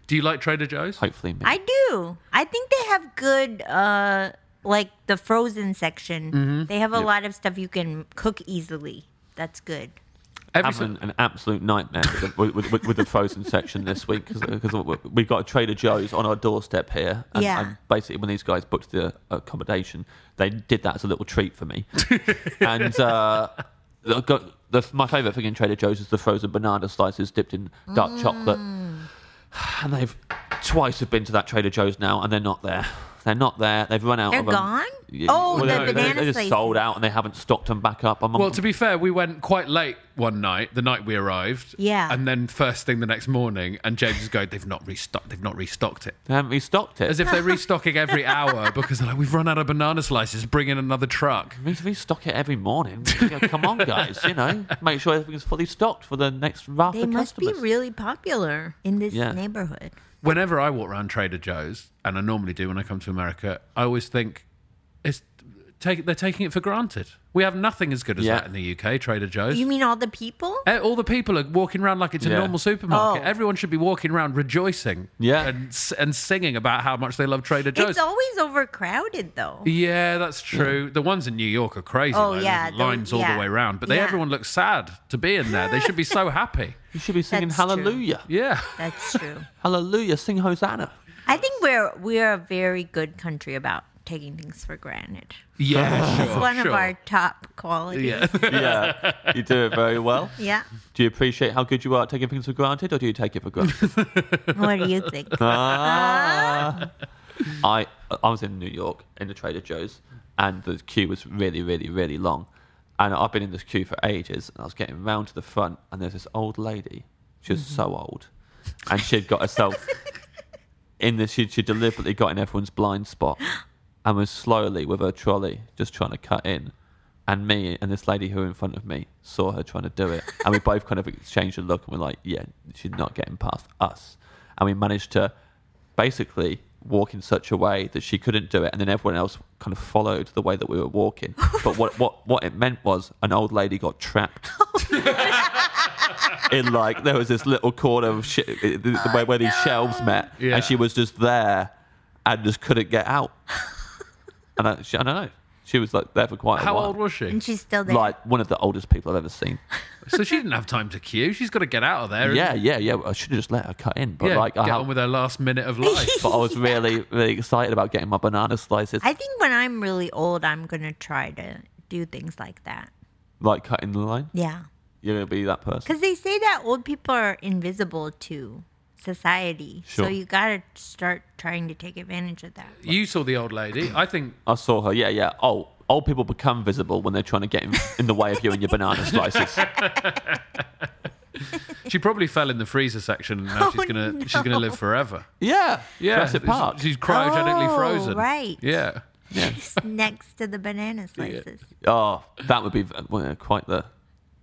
Do you like Trader Joe's? Hopefully me. I do. I think they have good, uh, like the frozen section. Mm-hmm. They have a lot of stuff you can cook easily. That's good. Every having an absolute nightmare with the, with, with, with the frozen section this week because we've got a Trader Joe's on our doorstep here. And, Yeah. and basically, when these guys booked the accommodation, they did that as a little treat for me. and uh, I got- the, my favourite thing in Trader Joe's is the frozen banana slices dipped in dark chocolate. Mm. And they've twice have been to that Trader Joe's now, and they're not there. They're not there. They've run out. They're of 'em. gone? Yeah, Oh, well, the they- they- banana They just slices. sold out, and they haven't stocked them back up. I'm, Well, to be fair, we went quite late one night, the night we arrived. Yeah. And then first thing the next morning, and James is going, they've not restocked, they've not restocked it. they haven't restocked it. As if they're restocking every hour because they're like, we've run out of banana slices, bring in another truck. We we stock it every morning. You know, Come on, guys. You know, make sure everything's fully stocked for the next raft They of must customers. be really popular in this Yeah. neighborhood. whenever I walk around Trader Joe's, and I normally do when I come to America, I always think it's take, they're taking it for granted. We have nothing as good as Yeah. that in the UK, Trader Joe's. You mean all the people? Eh, All the people are walking around like it's a Yeah. normal supermarket. Oh. Everyone should be walking around rejoicing Yeah. and, s- and singing about how much they love Trader Joe's. It's always overcrowded though. yeah, that's true. The ones in New York are crazy. Oh, like, yeah, there's the- lines all yeah. the way around. But they, Yeah. everyone looks sad to be in there. They should be so happy. You should be singing That's true. hallelujah. Yeah. That's true. Hallelujah. Sing Hosanna. I think we're we're a very good country about taking things for granted. Yeah, sure. It's one Oh, sure. of our top qualities. Yeah. Yeah. you do it very well. Yeah. Do you appreciate how good you are at taking things for granted or do you take it for granted? What do you think? Ah. I I was in New York in the Trader Joe's and the queue was really, really, really long. And I've been in this queue for ages and I was getting round to the front and there's this old lady. She was so old. And she'd got herself in this she, she deliberately got in everyone's blind spot and was slowly with her trolley just trying to cut in and me and this lady who were in front of me saw her trying to do it and we both kind of exchanged a look and we're like yeah she's not getting past us and we managed to basically walk in such a way that she couldn't do it and then everyone else kind of followed the way that we were walking but what what, what it meant was an old lady got trapped in like there was this little corner of sh- where, where these shelves met, Yeah. and she was just there and just couldn't get out. and I, she, I don't know. She was like there for quite a How while. old was she? And she's still there. Like one of the oldest people I've ever seen. So she didn't have time to queue. She's got to get out of there. Yeah, yeah, yeah. I should have just let her cut in, but yeah like I, get have- on with her last minute of life. but I was really, really excited about getting my banana slices. I think when I'm really old, I'm gonna try to do things like that. Like cutting the line. Yeah. You're gonna be that person. Because they say that old people are invisible to society. Sure. So you got to start trying to take advantage of that. You saw the old lady. I think I saw her. Yeah, yeah. Oh, old people become visible when they're trying to get in, in the way of you and your banana slices. she probably fell in the freezer section, and now she's Oh, gonna no. she's gonna live forever. Yeah, Yeah, Jurassic it's- Park. She's cryogenically Oh, frozen. right. Yeah. Just next to the banana slices. Oh, that would be v- well, quite the.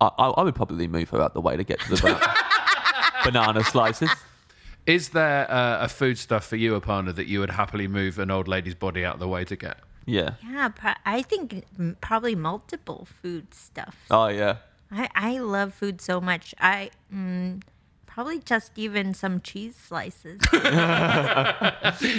I, I, I would probably move her out the way to get to the banana, banana slices. Is there uh, a foodstuff for you, Aparna, that you would happily move an old lady's body out of the way to get? Yeah. Yeah, pro- I think m- probably multiple food stuff. Oh yeah. I, I love food so much. I mm, probably just even some cheese slices.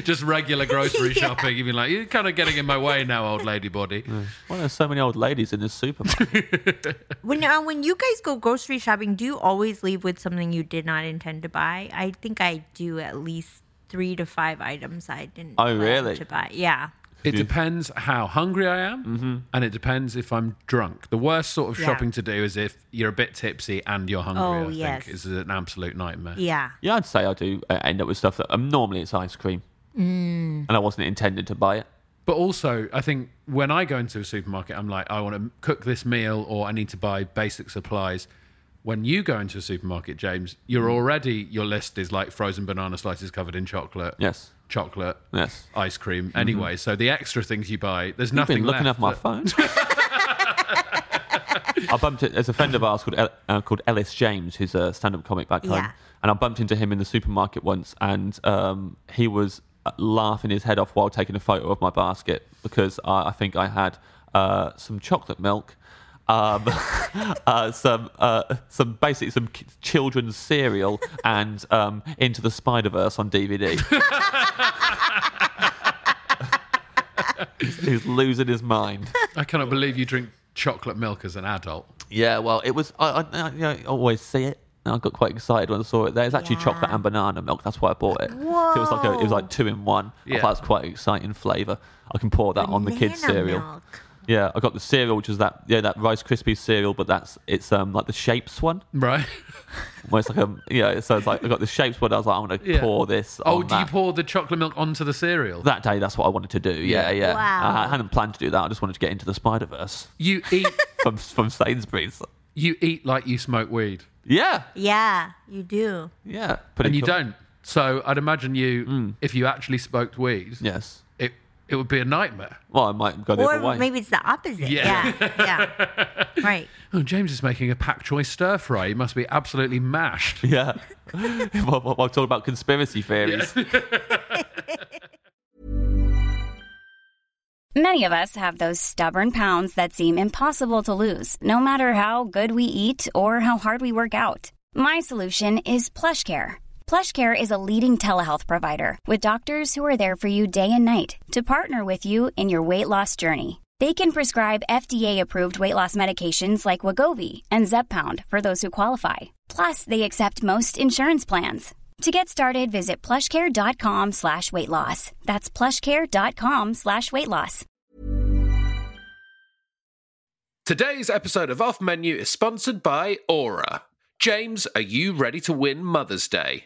Just regular grocery Yeah. shopping. You'd be like, you're kind of getting in my way now, old lady body. Why there's so many old ladies in this supermarket? when uh, when you guys go grocery shopping, do you always leave with something you did not intend to buy? I think I do at least three to five items I didn't. Oh, plan really? To buy, yeah. It depends how hungry I am, Mm-hmm. and it depends if I'm drunk. The worst sort of Yeah. shopping to do is if you're a bit tipsy and you're hungry. Oh, I yes. think is an absolute nightmare. Yeah. yeah, I'd say I do uh, end up with stuff that um, normally it's ice cream, mm. and I wasn't intended to buy it. But also, I think when I go into a supermarket, I'm like, I want to cook this meal or I need to buy basic supplies. When you go into a supermarket, James, Mm. you're already, your list is like frozen banana slices covered in chocolate. Yes. Chocolate. Yes. Ice cream. Anyway, so the extra things you buy, there's I've nothing been looking left at my that- phone. I bumped it. There's a friend of ours called El, uh, called Ellis James, who's a stand-up comic back home, Yeah. and I bumped into him in the supermarket once, and um, he was uh, laughing his head off while taking a photo of my basket because I, I think I had uh, some chocolate milk. Um, uh, some uh, some basically some ki- children's cereal and um, Into the Spider Verse on DVD. He's losing his mind. I cannot believe you drink chocolate milk as an adult. Yeah, well, it was. I, I, I, you know, I always see it. And I got quite excited when I saw it. There's actually Yeah. chocolate and banana milk. That's why I bought it. So it was like a, it was like two in one. I Yeah. thought that's quite an exciting flavour. I can pour that on the kids' Banana cereal. milk. Yeah, I got the cereal, which is that yeah that Rice Krispies cereal, but that's it's um like the shapes one. Right? Where it's like a yeah. So it's like I got the shapes one. I was like, I'm gonna Yeah. pour this. Oh, on do you that. pour the chocolate milk onto the cereal? that day? That's what I wanted to do. Yeah, Yeah. yeah. Wow. I, I hadn't planned to do that. I just wanted to get into the Spider Verse You eat from from Sainsbury's. you eat like you smoke weed. Yeah, Yeah, you do. yeah. Pretty and you cool. Mm. don't. So I'd imagine you, if you actually smoked weed, Yes. it it would be a nightmare. Well, I might go the Or other way. maybe it's the opposite. Yeah. Yeah. Yeah. right. Oh, James is making a pak choy stir fry. He must be absolutely mashed. Yeah. while, while, while talking about conspiracy theories. Many of us have those stubborn pounds that seem impossible to lose, no matter how good we eat or how hard we work out. My solution is PlushCare. PlushCare is a leading telehealth provider with doctors who are there for you day and night to partner with you in your weight loss journey. They can prescribe FDA-approved weight loss medications like Wagovi and Zepbound for those who qualify. Plus, they accept most insurance plans. To get started, visit plushcare.com slash weight loss. That's plushcare.com slash weight loss. Today's episode of Off Menu is sponsored by Aura. James, are you ready to win Mother's Day?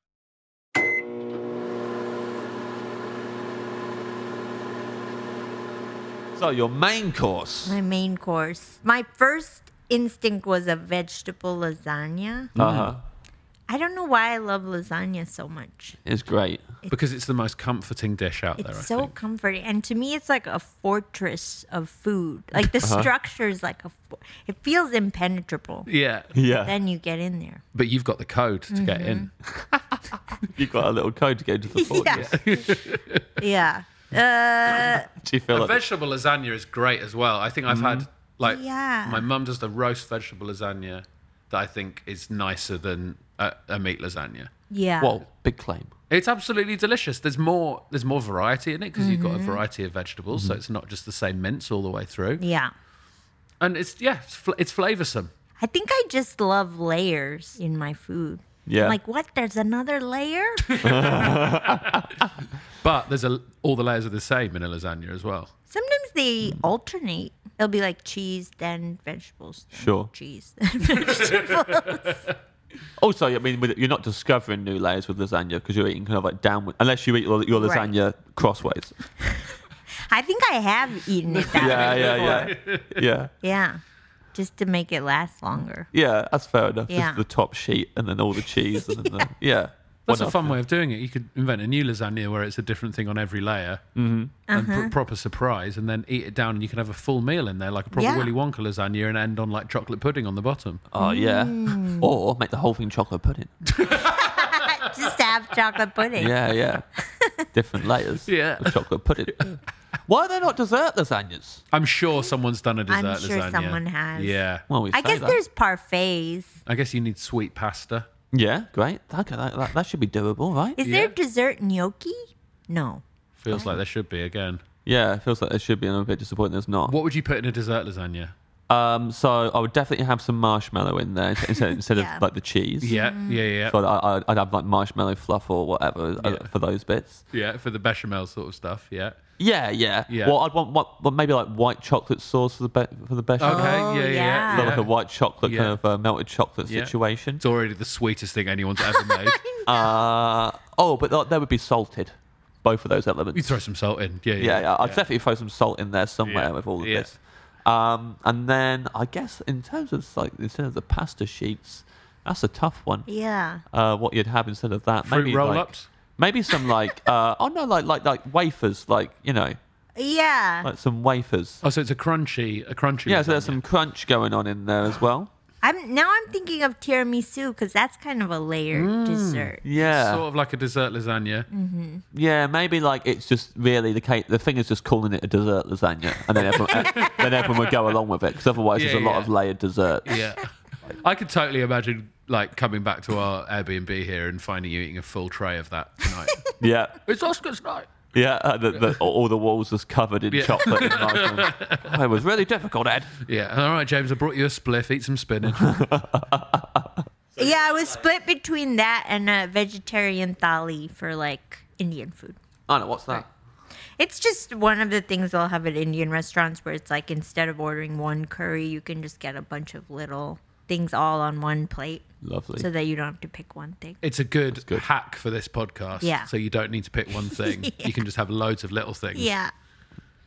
So your main course. My main course. My first instinct was a vegetable lasagna. Uh huh. I don't know why I love lasagna so much. It's great. Because it's the most comforting dish out there, It's I so think. comforting, and to me, it's like a fortress of food. Like the structure is like a, fo- it feels impenetrable. Yeah. Uh-huh. Yeah. Then you get in there. But you've got the code to get in. Mm-hmm. You've got a little code to get into the fortress. Yeah, yeah. Uh, Do you A feel like vegetable lasagna is great as well. I think I've had like Yeah. my mum does the roast vegetable lasagna that I think is nicer than a, a meat lasagna. yeah. Whoa, big claim. It's absolutely delicious. There's more there's more variety in it because you've got Mm-hmm. a variety of vegetables, so it's not just the same mince all the way through. Yeah. And it's yeah, it's, fl- it's flavoursome. I think I just love layers in my food. Yeah. Like what? There's another layer? But there's a, all the layers are the same in a lasagna as well. Sometimes they alternate. It'll be like cheese, then vegetables. then Sure. Cheese, then vegetables. Also, I mean, with, you're not discovering new layers with lasagna because you're eating kind of like downward, unless you eat your, your Right. lasagna crossways. I think I have eaten it that Yeah, way yeah, before. yeah, yeah, Yeah. Just to make it last longer. yeah. That's fair enough. Yeah. Just the top sheet and then all the cheese and then the, yeah. That's One a fun way of doing it. You could invent a new lasagna where it's a different thing on every layer Mm-hmm. and Uh-huh. pr- proper surprise, and then eat it down, and you can have a full meal in there, like a proper Yeah. Willy Wonka lasagna, and end on like chocolate pudding on the bottom. off. Oh yeah. Mm. Or make the whole thing chocolate pudding. Just have chocolate pudding. Yeah, yeah. Different layers. Yeah. Of chocolate pudding. Why are there not dessert lasagnas? I'm sure someone's done a dessert I'm sure lasagna. someone has. Yeah. Well, we I say guess that. there's parfaits. I guess you need sweet pasta. Yeah, great. That, could- that, that, that should be doable, right? Is Yeah. there dessert gnocchi? No. Feels Oh. like there should be again. Yeah, it feels like there should be. and I'm a bit disappointed there's not. What would you put in a dessert lasagna? Mm. Um, so I would definitely have some marshmallow in there instead, instead Yeah. of like the cheese. Yeah, yeah, yeah. So I, I- I'd have like marshmallow fluff or whatever uh, Yeah. for those bits. Yeah, for the bechamel sort of stuff. Yeah. Yeah, yeah. Yeah. Well, I'd want what, well, maybe like white chocolate sauce for the be- for the best. Okay. Oh, yeah, yeah. yeah. yeah. like a white chocolate Yeah. kind of uh, melted chocolate Yeah. situation. It's already the sweetest thing anyone's ever made. Uh, oh, but th- they would be salted. Both of those you elements. throw some salt in. Yeah, yeah. yeah, yeah. I'd definitely throw some salt in there somewhere Yeah, with all of yeah. this. Um, and then I guess in terms of like instead of the pasta sheets, that's a tough one. Yeah. uh, what you'd have instead of that. Fruit maybe roll like- ups? Maybe some like uh, oh no, like like like wafers, like you know, Yeah. like some wafers. Oh, so it's a crunchy, a crunchy. Yeah, so there's lasagna. some crunch going on in there as well. I'm now I'm thinking of tiramisu because that's kind of a layered Mm. dessert. Yeah, sort of like a dessert lasagna. Mm. yeah, maybe like it's just really the cake. The thing is just calling it a dessert lasagna, and then everyone, eh, then everyone would go along with it because otherwise Yeah, there's a lot yeah. of layered desserts. Yeah. I could totally imagine like coming back to our Airbnb here and finding you eating a full tray of that tonight. Yeah, it's Oscar's night. yeah. uh, the, the, all the walls just covered in Yeah. chocolate. And marshmallow. oh, it was really difficult, Ed. Yeah. All right, James, I brought you a spliff. Eat some spinach. Yeah, I was split between that and a vegetarian thali for like Indian food. I know what's that. It's just one of the things they'll have at Indian restaurants where it's like instead of ordering one curry, you can just get a bunch of little things all on one plate Lovely. so that you don't have to pick one thing. It's a good, good. hack for this podcast. Yeah. So you don't need to pick one thing. You can just have loads of little things. Yeah.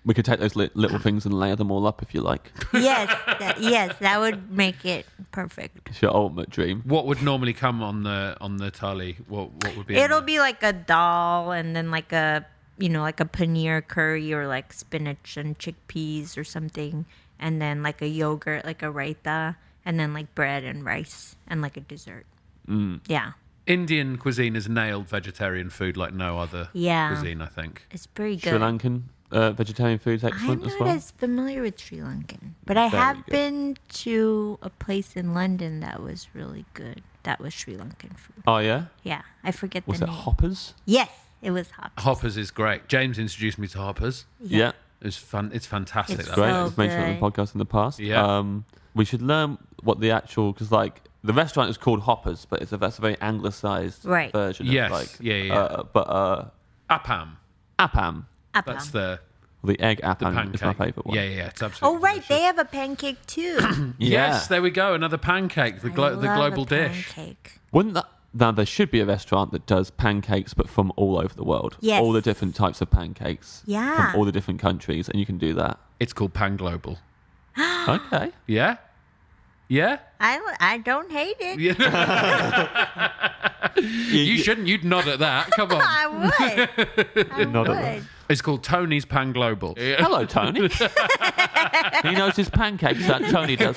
we could take those li- little things and layer them all up if you like. Yes. that, yes, that would make it perfect. It's your ultimate dream. What would normally come on the on the tally? What what would be? in It'll there? be like a dal and then like a you know like a paneer curry or like spinach and chickpeas or something and then like a yogurt like a raita and then like bread and rice and like a dessert. Mm. Yeah. Indian cuisine is nailed vegetarian food like no other Yeah. cuisine, I think. It's pretty good. Sri Lankan uh, vegetarian food's I'm excellent not as well. as familiar with Sri Lankan, but I Very have good. been to a place in London that was really good. That was Sri Lankan food. Oh yeah, Yeah, I forget was the it name. Hoppers? yes, it was hop. Hoppers is great. James introduced me to Hoppers. Yeah, It's fun. It's fantastic. It's that great. So place. We've mentioned it on the podcast in the past. Yeah. um, we should learn what the actual because like the restaurant is called Hoppers, but it's a that's a very anglicised Right. version. Yes. Of, like, Yeah, yeah, Uh, but uh, Appam. Appam, Appam. That's the, the egg the Appam, pancake. is my favourite one. Yeah, yeah, yeah. It's absolutely. Oh right, delicious. they have a pancake too. Yes, there we go. Another pancake. The, I glo- the love global a dish. Pancake. Wouldn't that now there should be a restaurant that does pancakes, but from all over the world. Yes. all the different types of pancakes. Yeah. from all the different countries, and you can do that. It's called Pan Global. okay. Yeah, yeah. I, li- I don't hate it. You shouldn't. You'd nod at that. Come on. I would. I Not at all. would. It's called Tony's Pan Global. Hello, Tony. he knows his pancakes that Tony does.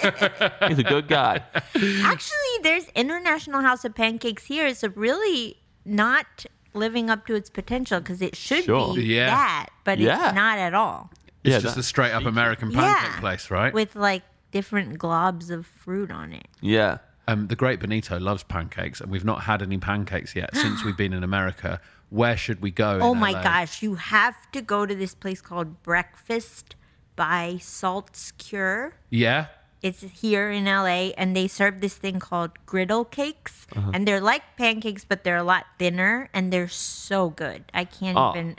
He's a good guy. Actually, there's International House of Pancakes here. It's a really not living up to its potential because it should Sure. be Yeah. that, but Yeah. it's not at all. It's Yeah, just that- a straight up American pancake yeah. place, right? With like different globs of fruit on it. Yeah. Um, the great Benito loves pancakes, and we've not had any pancakes yet since we've been in America. Where should we go? in oh my LA? gosh, you have to go to this place called Breakfast by Salt's Cure. Yeah. It's here in LA, and they serve this thing called griddle cakes, Uh-huh. and they're like pancakes, but they're a lot thinner, and they're so good. I can't Oh. even.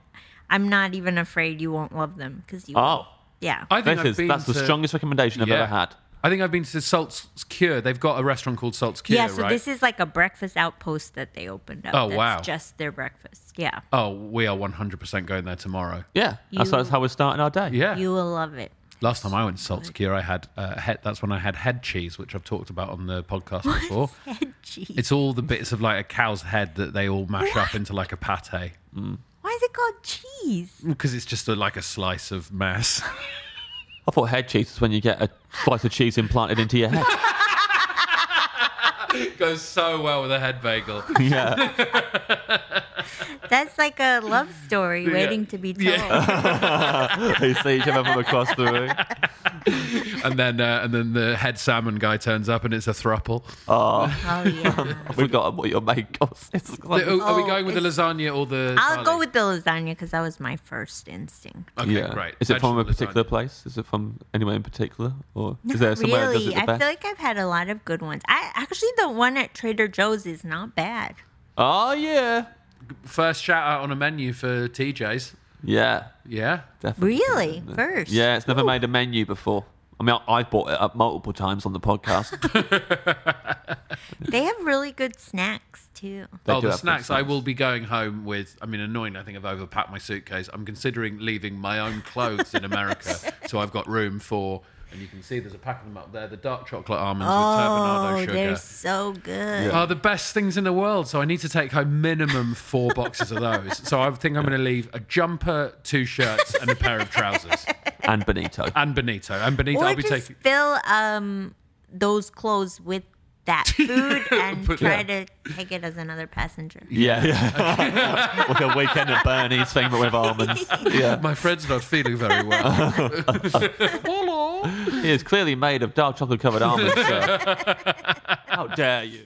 I'm not even afraid you won't love them because you. Oh, Yeah. I think this I've is, been that's the to- strongest recommendation I've Yeah. ever had. I think I've been to Salt's Cure. They've got a restaurant called Salt's Cure, yeah. So right? this is like a breakfast outpost that they opened up. Oh, that's wow. Just their breakfast. Yeah. oh, we are 100% going there tomorrow. Yeah, that's, You- that's how we're starting our day. Yeah. You will love it. Last time I went to Salt's Cure, I had uh, head. That's when I had head cheese, which I've talked about on the podcast before. Head cheese. It's all the bits of like a cow's head that they all mash up into like a pate Why is it called cheese? because it's just a, like a slice of mass. I thought head cheese is when you get a slice of cheese implanted into your head. it goes so well with a head bagel. yeah. That's like a love story waiting to be told. They see each other from across the room. and then uh, and then the head salmon guy turns up and it's a thruple. Oh yeah. I forgot what your main course is. Are, are we Oh, going with the lasagna or the? I'll go garlic? with the lasagna because that was my first instinct. Okay, yeah. great. Is it from a Vegetable particular lasagna. place? Is it from anywhere in particular, or Not is there somewhere that really. does it the I best? feel like I've had a lot of good ones. I actually the one at Trader Joe's is not bad. oh yeah, First shout out on a menu for TJ's. yeah, Yeah. definitely. Really? First. Yeah, it's never made a menu before. I mean, I- I've bought it up multiple times on the podcast. They have really good snacks too. They oh, do the have good snacks. I will be going home with. I mean, annoying. I think I've overpacked my suitcase. I'm considering leaving my own clothes in America, so I've got room for. And you can see there's a pack of them up there. The dark chocolate almonds Oh, with turbinado sugar. they're so good. are the best things in the world. So I need to take home minimum four boxes of those. So I think I'm going to leave a jumper, two shirts, and a pair of trousers. and Benito. And Benito. And Benito, Or I'll be just taking. fill um those clothes with that food and Put- try to take it as another passenger. Yeah, yeah. like a weekend at Bernie's thing, but with almonds. Yeah, My friend's not feeling very well. he is clearly made of dark chocolate covered almonds. So. How dare you?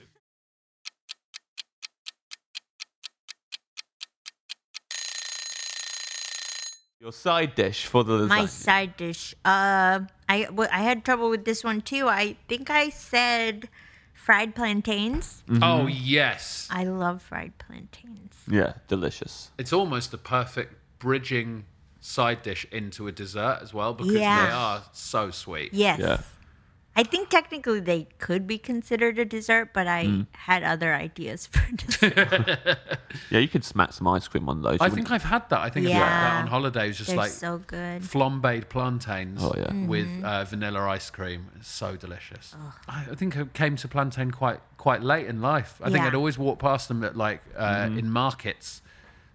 Your side dish for the lasagna. My side dish. Uh, I w- I had trouble with this one too. I think I said fried plantains. Mm-hmm. oh, yes. I love fried plantains. yeah, delicious. It's almost the perfect bridging side dish into a dessert as well because Yeah. they are so sweet. Yes. Yeah. I think technically they could be considered a dessert, but I Mm. had other ideas for dessert. Yeah, you could smack some ice cream on those. I You think wouldn't- I've had that. I think I've had that Yeah. on holidays, just They're like so good. Mm-hmm. flambéed plantains Oh, yeah. Mhm. with uh, vanilla ice cream. It's so delicious. I, I think I came to plantain quite quite late in life. I think Yeah. I'd always walk past them at like uh, Mm-hmm. in markets,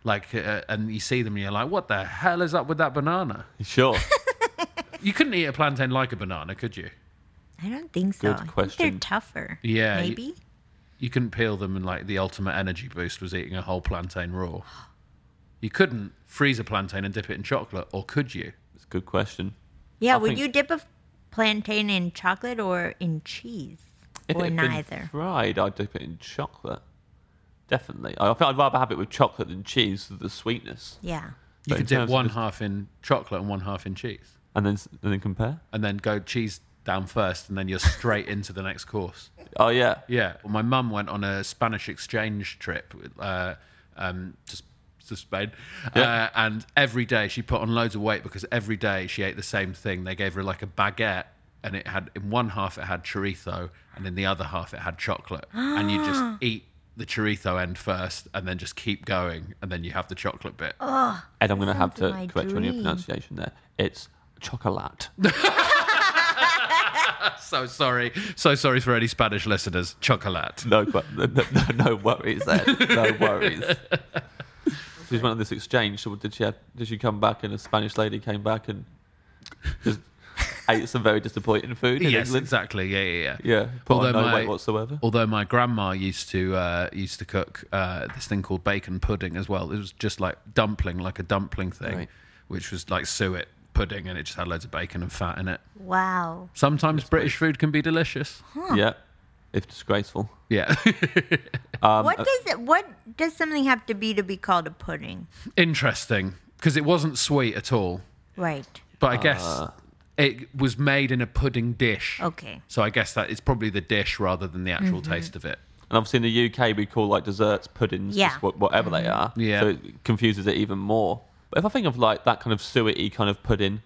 like uh, and you see them and you're like, what the hell is up with that banana? Sure. You couldn't eat a plantain like a banana, could you? I don't think so. Good I think question. they're tougher. Yeah, you- Maybe. you couldn't peel them, and like the ultimate energy boost was eating a whole plantain raw. You couldn't freeze a plantain and dip it in chocolate, or could you? It's a good question. Yeah, I would think- you dip a plantain in chocolate or in cheese? If it or had been neither. fried, I'd dip it in chocolate. Definitely. I think I'd rather have it with chocolate than cheese, for the sweetness. Yeah. You But in could dip terms of one just- half in chocolate and one half in cheese, And then, s- and then compare. and then go cheese down first, and then you're straight into the next course. Oh, yeah. Yeah, well, my mum went on a Spanish exchange trip uh, um, to, S- to Spain, Yeah. uh, and every day she put on loads of weight because every day she ate the same thing. They gave her like a baguette, and it had in one half it had chorizo, and in the other half it had chocolate, and you just eat the chorizo end first, and then just keep going, and then you have the chocolate bit. Oh. Ed, I'm going to have sounds to like my correct you on your dream. pronunciation there. It's chocolate. So sorry, so sorry for any Spanish listeners. Chocolate. No, but no, no, no worries, Ed. No worries. She went on this exchange. So did she? Have, did she come back? And a Spanish lady came back and just ate some very disappointing food in yes, England. exactly. Yeah, yeah, yeah. Yeah, put on no weight whatsoever. Although my grandma used to uh, used to cook uh, this thing called bacon pudding as well. It was just like dumpling, like a dumpling thing, Right. which was like suet pudding, and it just had loads of bacon and fat in it. Wow. Sometimes British food can be delicious. Yeah, it's disgraceful. Yeah, Um, uh, what does it? What does something have to be to be called a pudding? interesting because it wasn't sweet at all, Right. but I guess Ah. it was made in a pudding dish. Okay. So I guess that it's probably the dish rather than the actual taste of it. And obviously in the UK we call like desserts puddings, Yeah. Mm-hmm. just wha- whatever they are. Yeah. So it confuses it even more. But if I think of like that kind of suety kind of pudding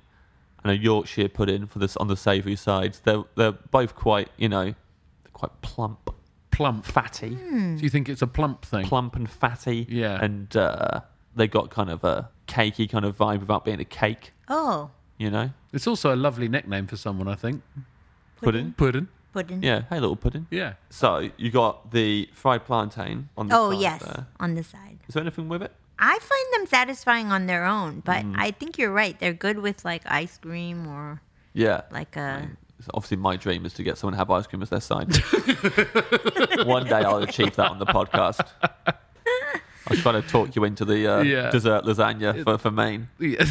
and a Yorkshire pudding for this on the savoury sides, they're they're both quite you know they're quite plump, Plump. fatty, Mm. Do you think it's a plump thing? plump and fatty. Yeah. And uh, they got kind of a cakey kind of vibe without being a cake, Oh, you know. It's also a lovely nickname for someone, I think. Pudding. Pudding. pudding. Yeah. Hey, little pudding. Yeah. So you got the fried plantain on the Oh side yes, there. on the side. Is there anything with it? I find them satisfying on their own, but Mm. I think you're right. They're good with like ice cream or Yeah. like a. So obviously my dream is to get someone to have ice cream as their side. One day I'll achieve that on the podcast. I was trying to talk you into the uh, Yeah. dessert lasagna for, for Maine. Yeah.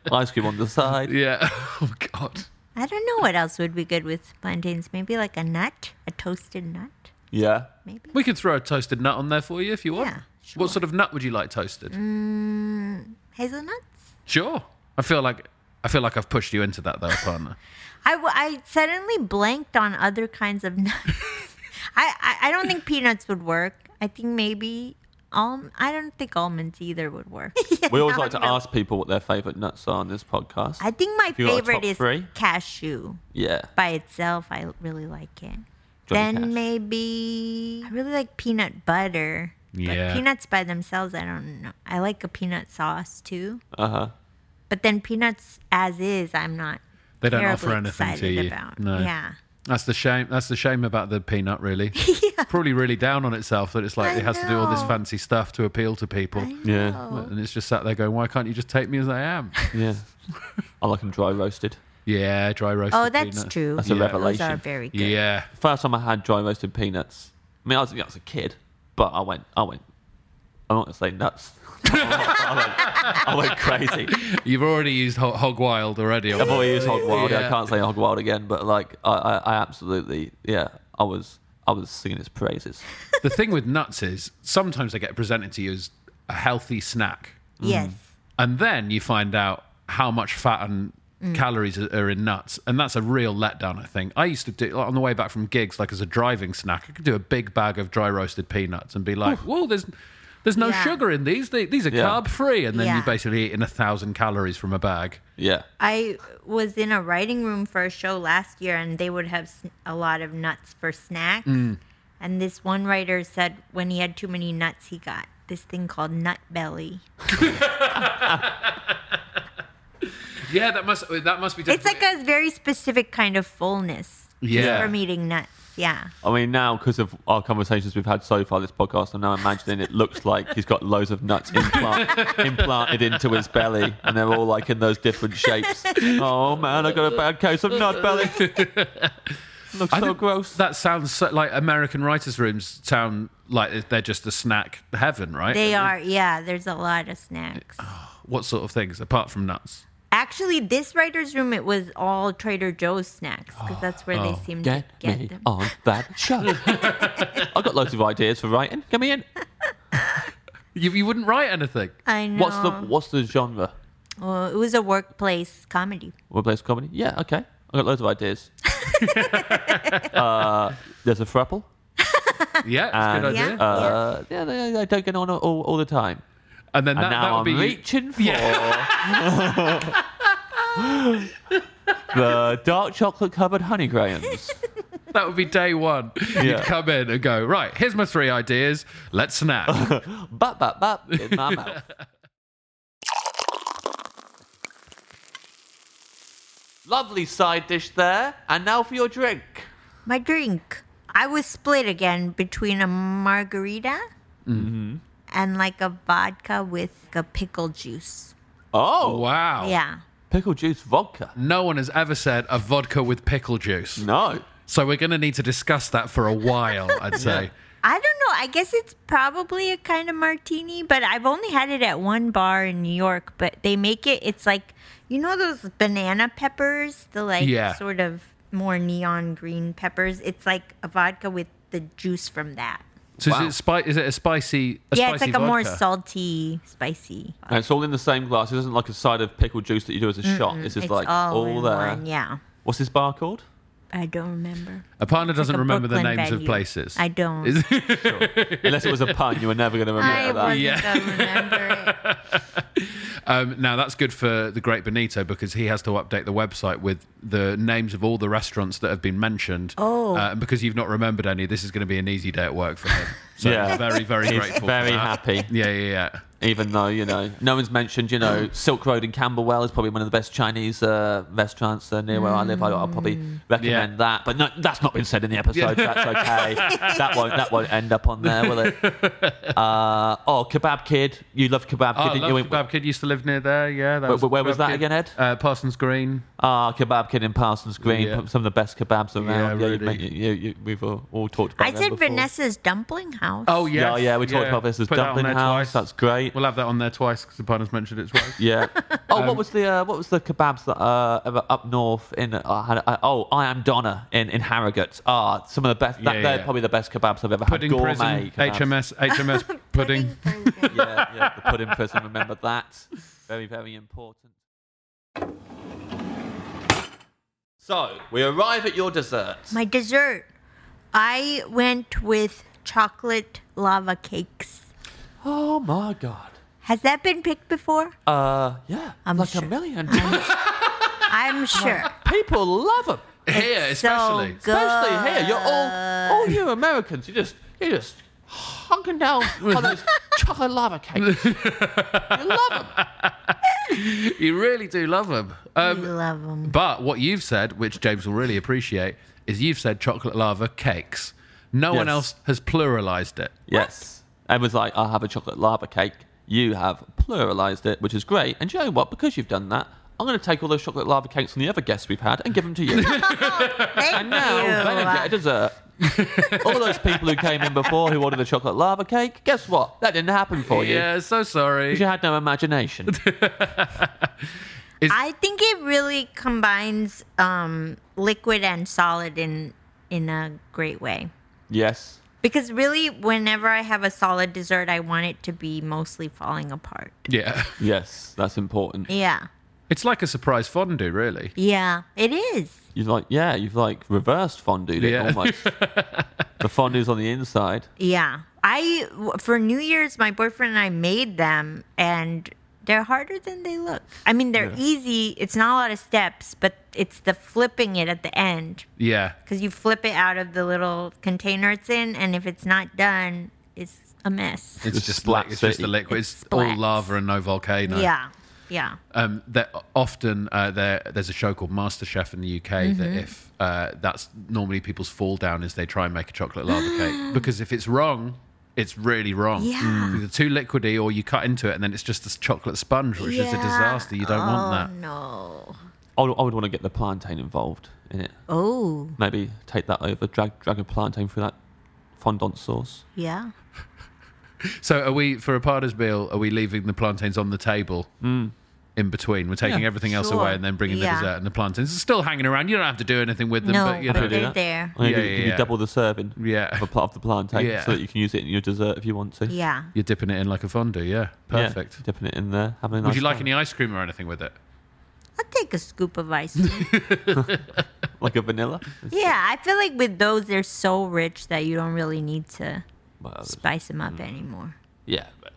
Ice cream on the side. yeah. Oh God. I don't know what else would be good with plantains. Maybe like a nut, a toasted nut. Yeah. Maybe. We could throw a toasted nut on there for you if you want. Yeah, Mm. What sort of nut would you like toasted? Hazelnuts. Sure. I feel like I feel like I've pushed you into that though, partner. I, w- I suddenly blanked on other kinds of nuts. I, I, I don't think peanuts would work. I think maybe alm- I don't think almonds either would work. We always like to ask people what their favourite nuts are on this podcast. I think my If you got a favorite top is three? cashew. yeah. By itself, I really like it. Johnny then Cash. maybe I really like peanut butter. Yeah. But peanuts by themselves, I don't know. I like a peanut sauce too. Uh huh. But then peanuts as is, I'm not. They don't terribly offer anything to excited you. About. No. Yeah. That's the shame. That's the shame about the peanut, really. Probably really down on itself that it's like I it has to do all this know. fancy stuff to appeal to people, Yeah. and it's just sat there going, "Why can't you just take me as I am?" Yeah. I like them dry roasted. yeah, dry roasted. Oh, that's peanut. true. That's a Those are revelation. very good. Yeah, First time I had dry roasted peanuts. I mean, I was, I was a kid, but I went, I went, I'm not going to say nuts. I, went, I went crazy. you've already used ho- hog wild already. I've already used Hog Wild. Yeah. I can't say Hog Wild again, but like I, I, I absolutely, yeah, I was, I was singing its praises. the thing with nuts is sometimes they get presented to you as a healthy snack. Yes. and then you find out how much fat and Mm. calories are are in nuts and that's a real letdown i think i used to do like, on the way back from gigs like as a driving snack i could do a big bag of dry roasted peanuts and be like whoa there's there's no Yeah. sugar in these They- these are Yeah. carb free and then Yeah. you're basically eating a thousand calories from a bag Yeah, I was in a writing room for a show last year, and they would have sn- a lot of nuts for snacks. Mm. And this one writer said when he had too many nuts, he got this thing called nut belly. yeah that must that must be It's like a very specific kind of fullness Yeah. from eating nuts. Yeah. I mean now because of our conversations we've had so far this podcast, I'm now imagining it looks like he's got loads of nuts implant, implanted into his belly, and they're all like in those different shapes. Oh man, I got a bad case of nut belly. Looks I so think gross. That sounds so, like American writers' rooms sound like they're just a snack heaven, right? They are, yeah, there's a lot of snacks. What sort of things apart from nuts? Actually, this writer's room, it was all Trader Joe's snacks because that's where Oh. they seemed Get, to get me them. on that show. I've got loads of ideas for writing. Get me in. You, you wouldn't write anything. I know. What's the What's the genre? Well, it was a workplace comedy. Workplace comedy? Yeah, okay. I've got loads of ideas. uh, there's a thruple. Yeah, that's a good And, idea. Yeah. Uh, yeah, they, they don't get on all, all the time. and then And that, that now would I'm be reaching for the dark chocolate covered honey grahams. that would be day one. You'd Yeah. come in and go right. Here's my three ideas. Let's snack. bap, bap, bap in my mouth. Lovely side dish there. And now for your drink. My drink. I was split again between a margarita Mm-hmm. and like a vodka with a pickle juice. Oh, wow. Yeah. pickle juice vodka. No one has ever said a vodka with pickle juice. No. So we're going to need to discuss that for a while. I'd say. I don't know. I guess it's probably a kind of martini, but I've only had it at one bar in New York. But they make it, it's like, you know, those banana peppers, the like Yeah. sort of more neon green peppers. It's like a vodka with the juice from that. So is Wow. it spi- Is it a spicy? A yeah, spicy it's like a more vodka? salty, spicy. And it's all in the same glass. It isn't like a side of pickle juice that you do as a shot. It's just it's like all, all in there. one. Yeah. What's this bar called? I don't remember. Aparna doesn't a remember the Brooklyn names of venue. places. I don't. Is- Unless it was a pun, you were never going to I remember that. wasn't Yeah. gonna remember it. um, now that's good for the great Benito because he has to update the website with the names of all the restaurants that have been mentioned. Oh. Uh, and because you've not remembered any, this is going to be an easy day at work for him. So Yeah. he's very, very He's grateful. very for that. happy. Yeah, yeah, yeah. Even though you know, no one's mentioned. You know, Mm. Silk Road in Camberwell is probably one of the best Chinese uh, restaurants uh, near where I live. I, I'll probably Mm. recommend Yeah. that. But no, that's not been said in the episode. That's okay. that won't that won't end up on there, will it? Uh, oh, Kebab Kid, you love Kebab Kid, Oh, I didn't love you? Kebab Kid used to live near there. Yeah. That Where- where was Kebab that Kid. again, Ed? Uh, Parsons Green. Ah, Kebab Kid in Parsons Green, Yeah. some of the best kebabs around. Yeah, you really. make- you- you- we've all, all talked about. I them said before. Vanessa's Dumpling House. Oh yes. Yeah, yeah, we talked about this as Put that on Dumpling there House. twice. That's great. We'll um, have that on there twice because Aparna's mentioned it twice. Yeah. Oh, what was the uh, what was the kebabs that uh, ever up north in? Uh, had, uh, oh, I am Donna in in Harrogate. Ah, some of the best. That, Yeah, yeah, they're yeah. probably the best kebabs I've ever Pudding had. Gourmet prison. HMS. kebabs. HMS pudding. yeah, yeah, the pudding prison. Remember that. Very, very important. So we arrive at your dessert. My dessert. I went with chocolate lava cakes. oh my god. Has that been picked before? Uh, yeah, I'm like sure. a million I'm sure. people love them. Here, So especially. good. Especially here, you're all all you Americans. You just you just hunking down on those chocolate lava cakes. you love them. You really do love them. We Um, love them. But what you've said, which James will really appreciate, is you've said chocolate lava cakes. No one Yes. else has pluralized it. Yes, I was like, I have a chocolate lava cake. You have pluralized it, which is great. And do you know what? Because you've done that, I'm going to take all those chocolate lava cakes from the other guests we've had and give them to you. Thank and now you. they uh. don't get a dessert. all those people who came in before who ordered a chocolate lava cake, guess what? That didn't happen for you. Yeah, so 'Cause sorry. You had no imagination. I think it really combines um, liquid and solid in in a great way. yes. Because really, whenever I have a solid dessert, I want it to be mostly falling apart. Yeah. Yes, that's important. Yeah. It's like a surprise fondue, really. Yeah, it is. You've like, yeah, you've like reversed fondue it Yeah. almost. the fondue's on the inside. Yeah. I, w- for New Year's, my boyfriend and I made them, and they're harder than they look. I mean, they're easy. It's not a lot of steps, but it's the flipping it at the end Yeah. because you flip it out of the little container it's in, and if it's not done, it's a mess. It's It's just black. It's splats just it. the liquid. It's It all splats. lava and no volcano. Yeah. Yeah. Um, that often uh, there there's a show called MasterChef in the UK Mm-hmm. that if uh, that's normally people's fall down is they try and make a chocolate lava cake because if it's wrong, it's really wrong. Yeah. Mm. It's either too liquidy or you cut into it and then it's just this chocolate sponge, which is a Yeah. disaster. You don't oh, want that. no. I would, I would want to get the plantain involved in it. Oh, Maybe take that over, drag drag a plantain through that fondant sauce. yeah. So are we for a Parda's meal? Are we leaving the plantains on the table? In between, we're taking Mm. Yeah. everything else Sure. away and then bringing Yeah. the dessert and the plantains. It's still hanging around. You don't have to do anything with them, No, but you but know, they- They're there. I'm gonna Yeah, give, yeah, give yeah. you double the serving Yeah. of, a pl- of the plantain Yeah. so that you can use it in your dessert if you want to. Yeah. you're dipping it in like a fondue. Yeah, Yeah, perfect. dipping it in there. Having a Would nice you like time. any ice cream or anything with it? I'll take a scoop of ice cream. Like a vanilla? yeah, I feel like with those, they're so rich that you don't really need to Well, spice them Mm. up anymore. yeah. but-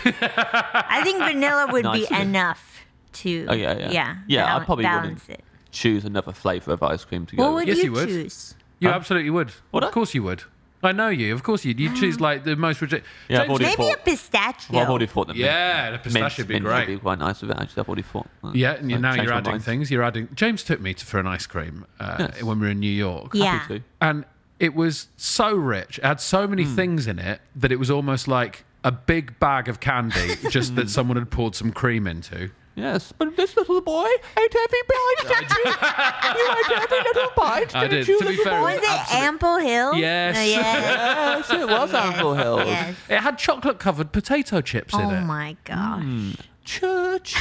I think vanilla would be Nicely. enough to Oh, yeah, yeah. yeah, Yeah, I balan- probably wouldn't balance it. Choose another flavour of ice cream to go What with. would Yes, you, you would. choose? You Huh? absolutely would. Mm. Would of I? course you would. I know you. Of course you'd. You choose like the most ridiculous. Yeah, I've already Maybe thought. a pistachio. Well, I've already thought that. mint- Yeah, the pistachio would be mint, mint great. would be quite nice with it, actually. I've already thought. Yeah, and you, So now changed you're my adding mind. things. You're adding. James took me to, for an ice cream uh, Yes. when we were in New York. yeah. Happy to. and it was so rich. It had so many things in it that it was almost like a big bag of candy, just that someone had poured some cream into. Yes, but this little boy ate every bite, didn't you? you ate every little bite, I didn't did. you? To be little fair, boy? Was it Ample Hill? Yes. Uh, yes. Yes, it was Ample Hill. yes. It had chocolate covered potato chips in Oh it. my gosh. Mm. Church.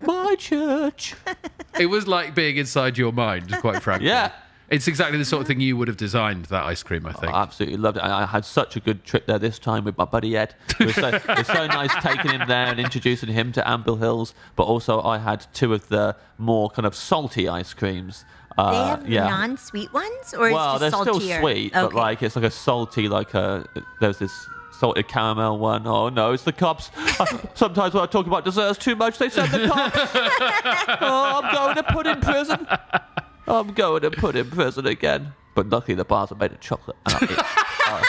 My church. It was like being inside your mind, quite frankly. Yeah. It's exactly the sort of thing you would have designed that ice cream, I think. Oh, I absolutely loved it. And I had such a good trip there this time with my buddy Ed. It was so, it was so nice taking him there and introducing him to Amble Hills. But also, I had two of the more kind of salty ice creams. Uh, They have yeah. non-sweet ones, or well, it's they're just saltier? still sweet, but Okay. like it's like a salty, like a there's this salted caramel one. Oh no, it's the cops. I- Sometimes when I talk about desserts too much, they send the cops. oh, I'm going to put in prison. I'm going to put in prison again. But luckily, the bars are made of chocolate. And I'll, eat,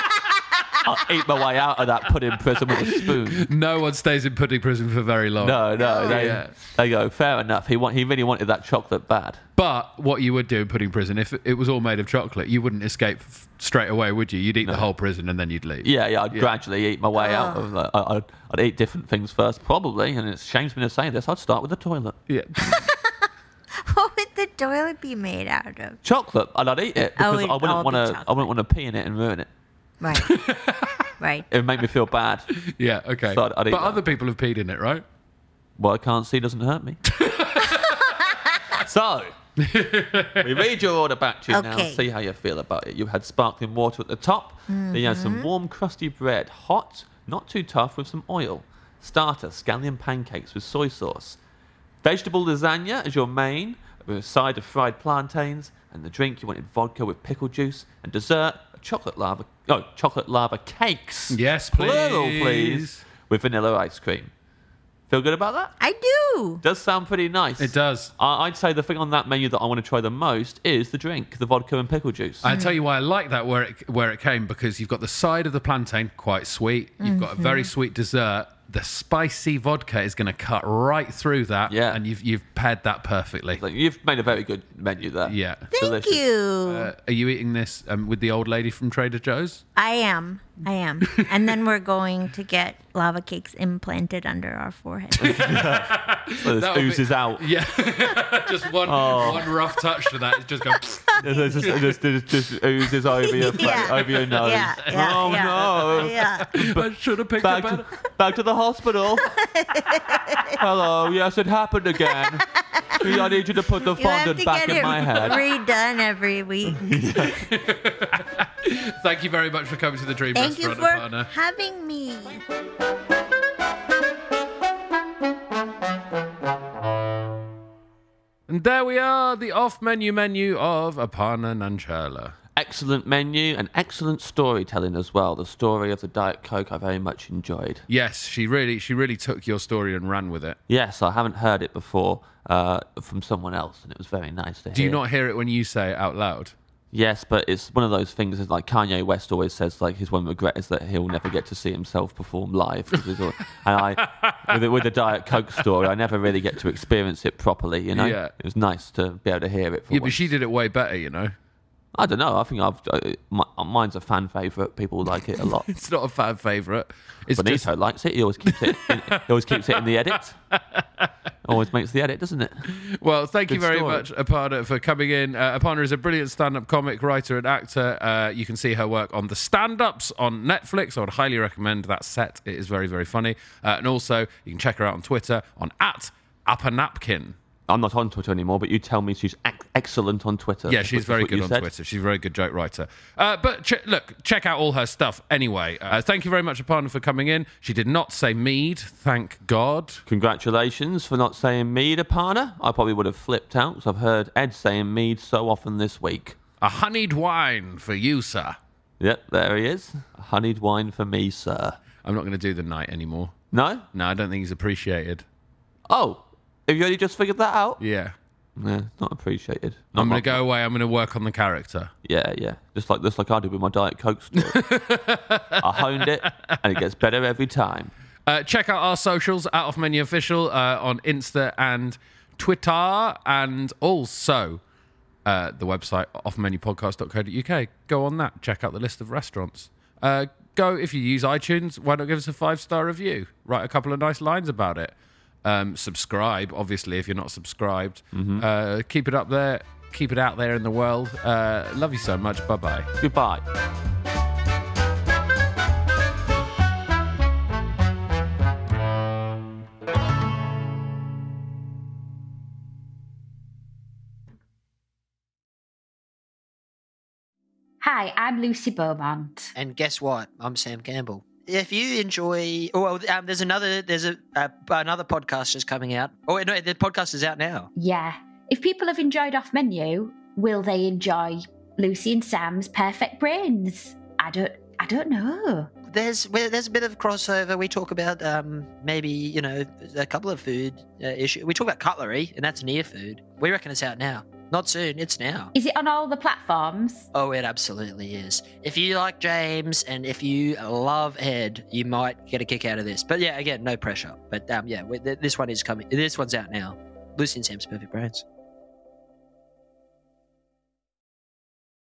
I'll, I'll eat my way out of that put in prison with a spoon. No one stays in pudding prison for very long. No, no, they, Yeah. they go fair enough. He want, he really wanted that chocolate bad. But what you would do in pudding prison, if it was all made of chocolate, you wouldn't escape f- straight away, would you? You'd eat the whole prison and then you'd leave. Yeah, yeah. I'd gradually eat my way out of. Ah. Like, I- I'd, I'd eat different things first, probably. And it shames me to say this. I'd start with the toilet, yeah. what would the toilet be made out of? chocolate, and I'd eat it Oh, because it'd I all wouldn't be want to. I chocolate. wouldn't want to pee in it and ruin it. Right. right. It would make me feel bad. Yeah, okay. So I'd- I'd eat but that. other people have peed in it, right? What I can't see doesn't hurt me. so. we read your order back to you now Okay. and see how you feel about it. You had sparkling water at the top, then you had Mm-hmm. some warm crusty bread, hot, not too tough, with some oil. Starter, scallion pancakes with soy sauce. Vegetable lasagna as your main, with a side of fried plantains, and the drink you wanted vodka with pickle juice, and dessert, a chocolate lava, oh, chocolate lava cakes. Yes, Plural, please. please. With vanilla ice cream. Feel good about that? I do. Does sound pretty nice. It does. I- I'd say the thing on that menu that I want to try the most is the drink, the vodka and pickle juice. I tell you why I like that where it where it came because you've got the side of the plantain quite sweet. You've got a very Mm-hmm. sweet dessert. The spicy vodka is going to cut right through that. Yeah. and you've you've paired that perfectly. Like, you've made a very good menu there. Yeah. Thank Delicious. you. Uh, are you eating this um, with the old lady from Trader Joe's? I am. I am. and then we're going to get lava cakes implanted under our forehead. So That this would be- oozes out. Yeah, just one Oh. one rough touch to that. It's just going. This, this, this, this, this oozes over your, face, Yeah. over your nose. Yeah, yeah, oh yeah. no. yeah. I should have picked Back a to, better. back to the hospital. Hello, yes, it happened again. I need you to put the You have fondant to back get in it my head. redone every week. Thank you very much for coming to the Dream Thank you Restaurant, for partner. having me. And there we are, the off-menu menu of Aparna Nanchala. excellent menu and excellent storytelling as well. The story of the Diet Coke I very much enjoyed. Yes, she really, she really took your story and ran with it. Yes, I haven't heard it before uh, from someone else, and it was very nice to hear. Do you not hear it when you say it out loud? Yes, but it's one of those things. Is like Kanye West always says, like his one regret is that he'll never get to see himself perform live. 'cause he's all- and I, with the, with the Diet Coke story, I never really get to experience it properly. You know, Yeah. it was nice to be able to hear it. For Yeah, but once. she did it way better, you know. I don't know. I think I've uh, my, mine's a fan favorite. People like it a lot. It's not a fan favorite. It's Benito just likes it. He always keeps it. In, he always keeps it in the edit. Always makes the edit, doesn't it? Well, thank you Good very story. much, Aparna, for coming in. Uh, Aparna is a brilliant stand up comic, writer, and actor. Uh, you can see her work on The Stand Ups on Netflix. I would highly recommend that set. It is very, very funny. Uh, and also, you can check her out on Twitter on at Appanapkin. I'm not on Twitter anymore, but you tell me she's ex- excellent on Twitter. Yeah, That's she's what- very that's what good you on said. Twitter. She's a very good joke writer. Uh, but ch- look, check out all her stuff anyway. Uh, thank you very much, Aparna, for coming in. She did not say mead, thank God. Congratulations for not saying mead, Aparna. I probably would have flipped out because I've heard Ed saying mead so often this week. A honeyed wine for you, sir. Yep, there he is. Honeyed wine for me, sir. I'm not going to do the night anymore. No? No, I don't think he's appreciated. Oh, have you only just figured that out? Yeah. Yeah, it's not appreciated. I'm Not going to go away. I'm going to work on the character. Yeah, yeah. Just like just like I did with my Diet Coke story. I honed it and it gets better every time. Uh, check out our socials at Off Menu Official uh, on Insta and Twitter, and also uh, the website offmenupodcast.co.uk. Go on that. Check out the list of restaurants. Uh, go if you use iTunes. Why not give us a five star review? Write a couple of nice lines about it. Um, subscribe, obviously, if you're not subscribed. Uh, keep it up there. Keep it out there in the world. Uh, love you so much. Bye bye. Goodbye. Hi, I'm Lucy Beaumont. And guess what? I'm Sam Campbell. If you enjoy, oh, well, um, there's another, there's a uh, another podcast just coming out. Oh no, the podcast is out now. Yeah. If people have enjoyed Off Menu, will they enjoy Lucy and Sam's Perfect Brains? I don't I don't know. There's well, there's a bit of crossover. We talk about um, maybe you know a couple of food uh, issues. We talk about cutlery, and that's near food. We reckon it's out now. Not soon. It's now. Is it on all the platforms? Oh, it absolutely is. If you like James and if you love Ed, you might get a kick out of this. But yeah, again, no pressure. But um, yeah, we- th- this one is coming. This one's out now. Lucy and Sam's Perfect Brains.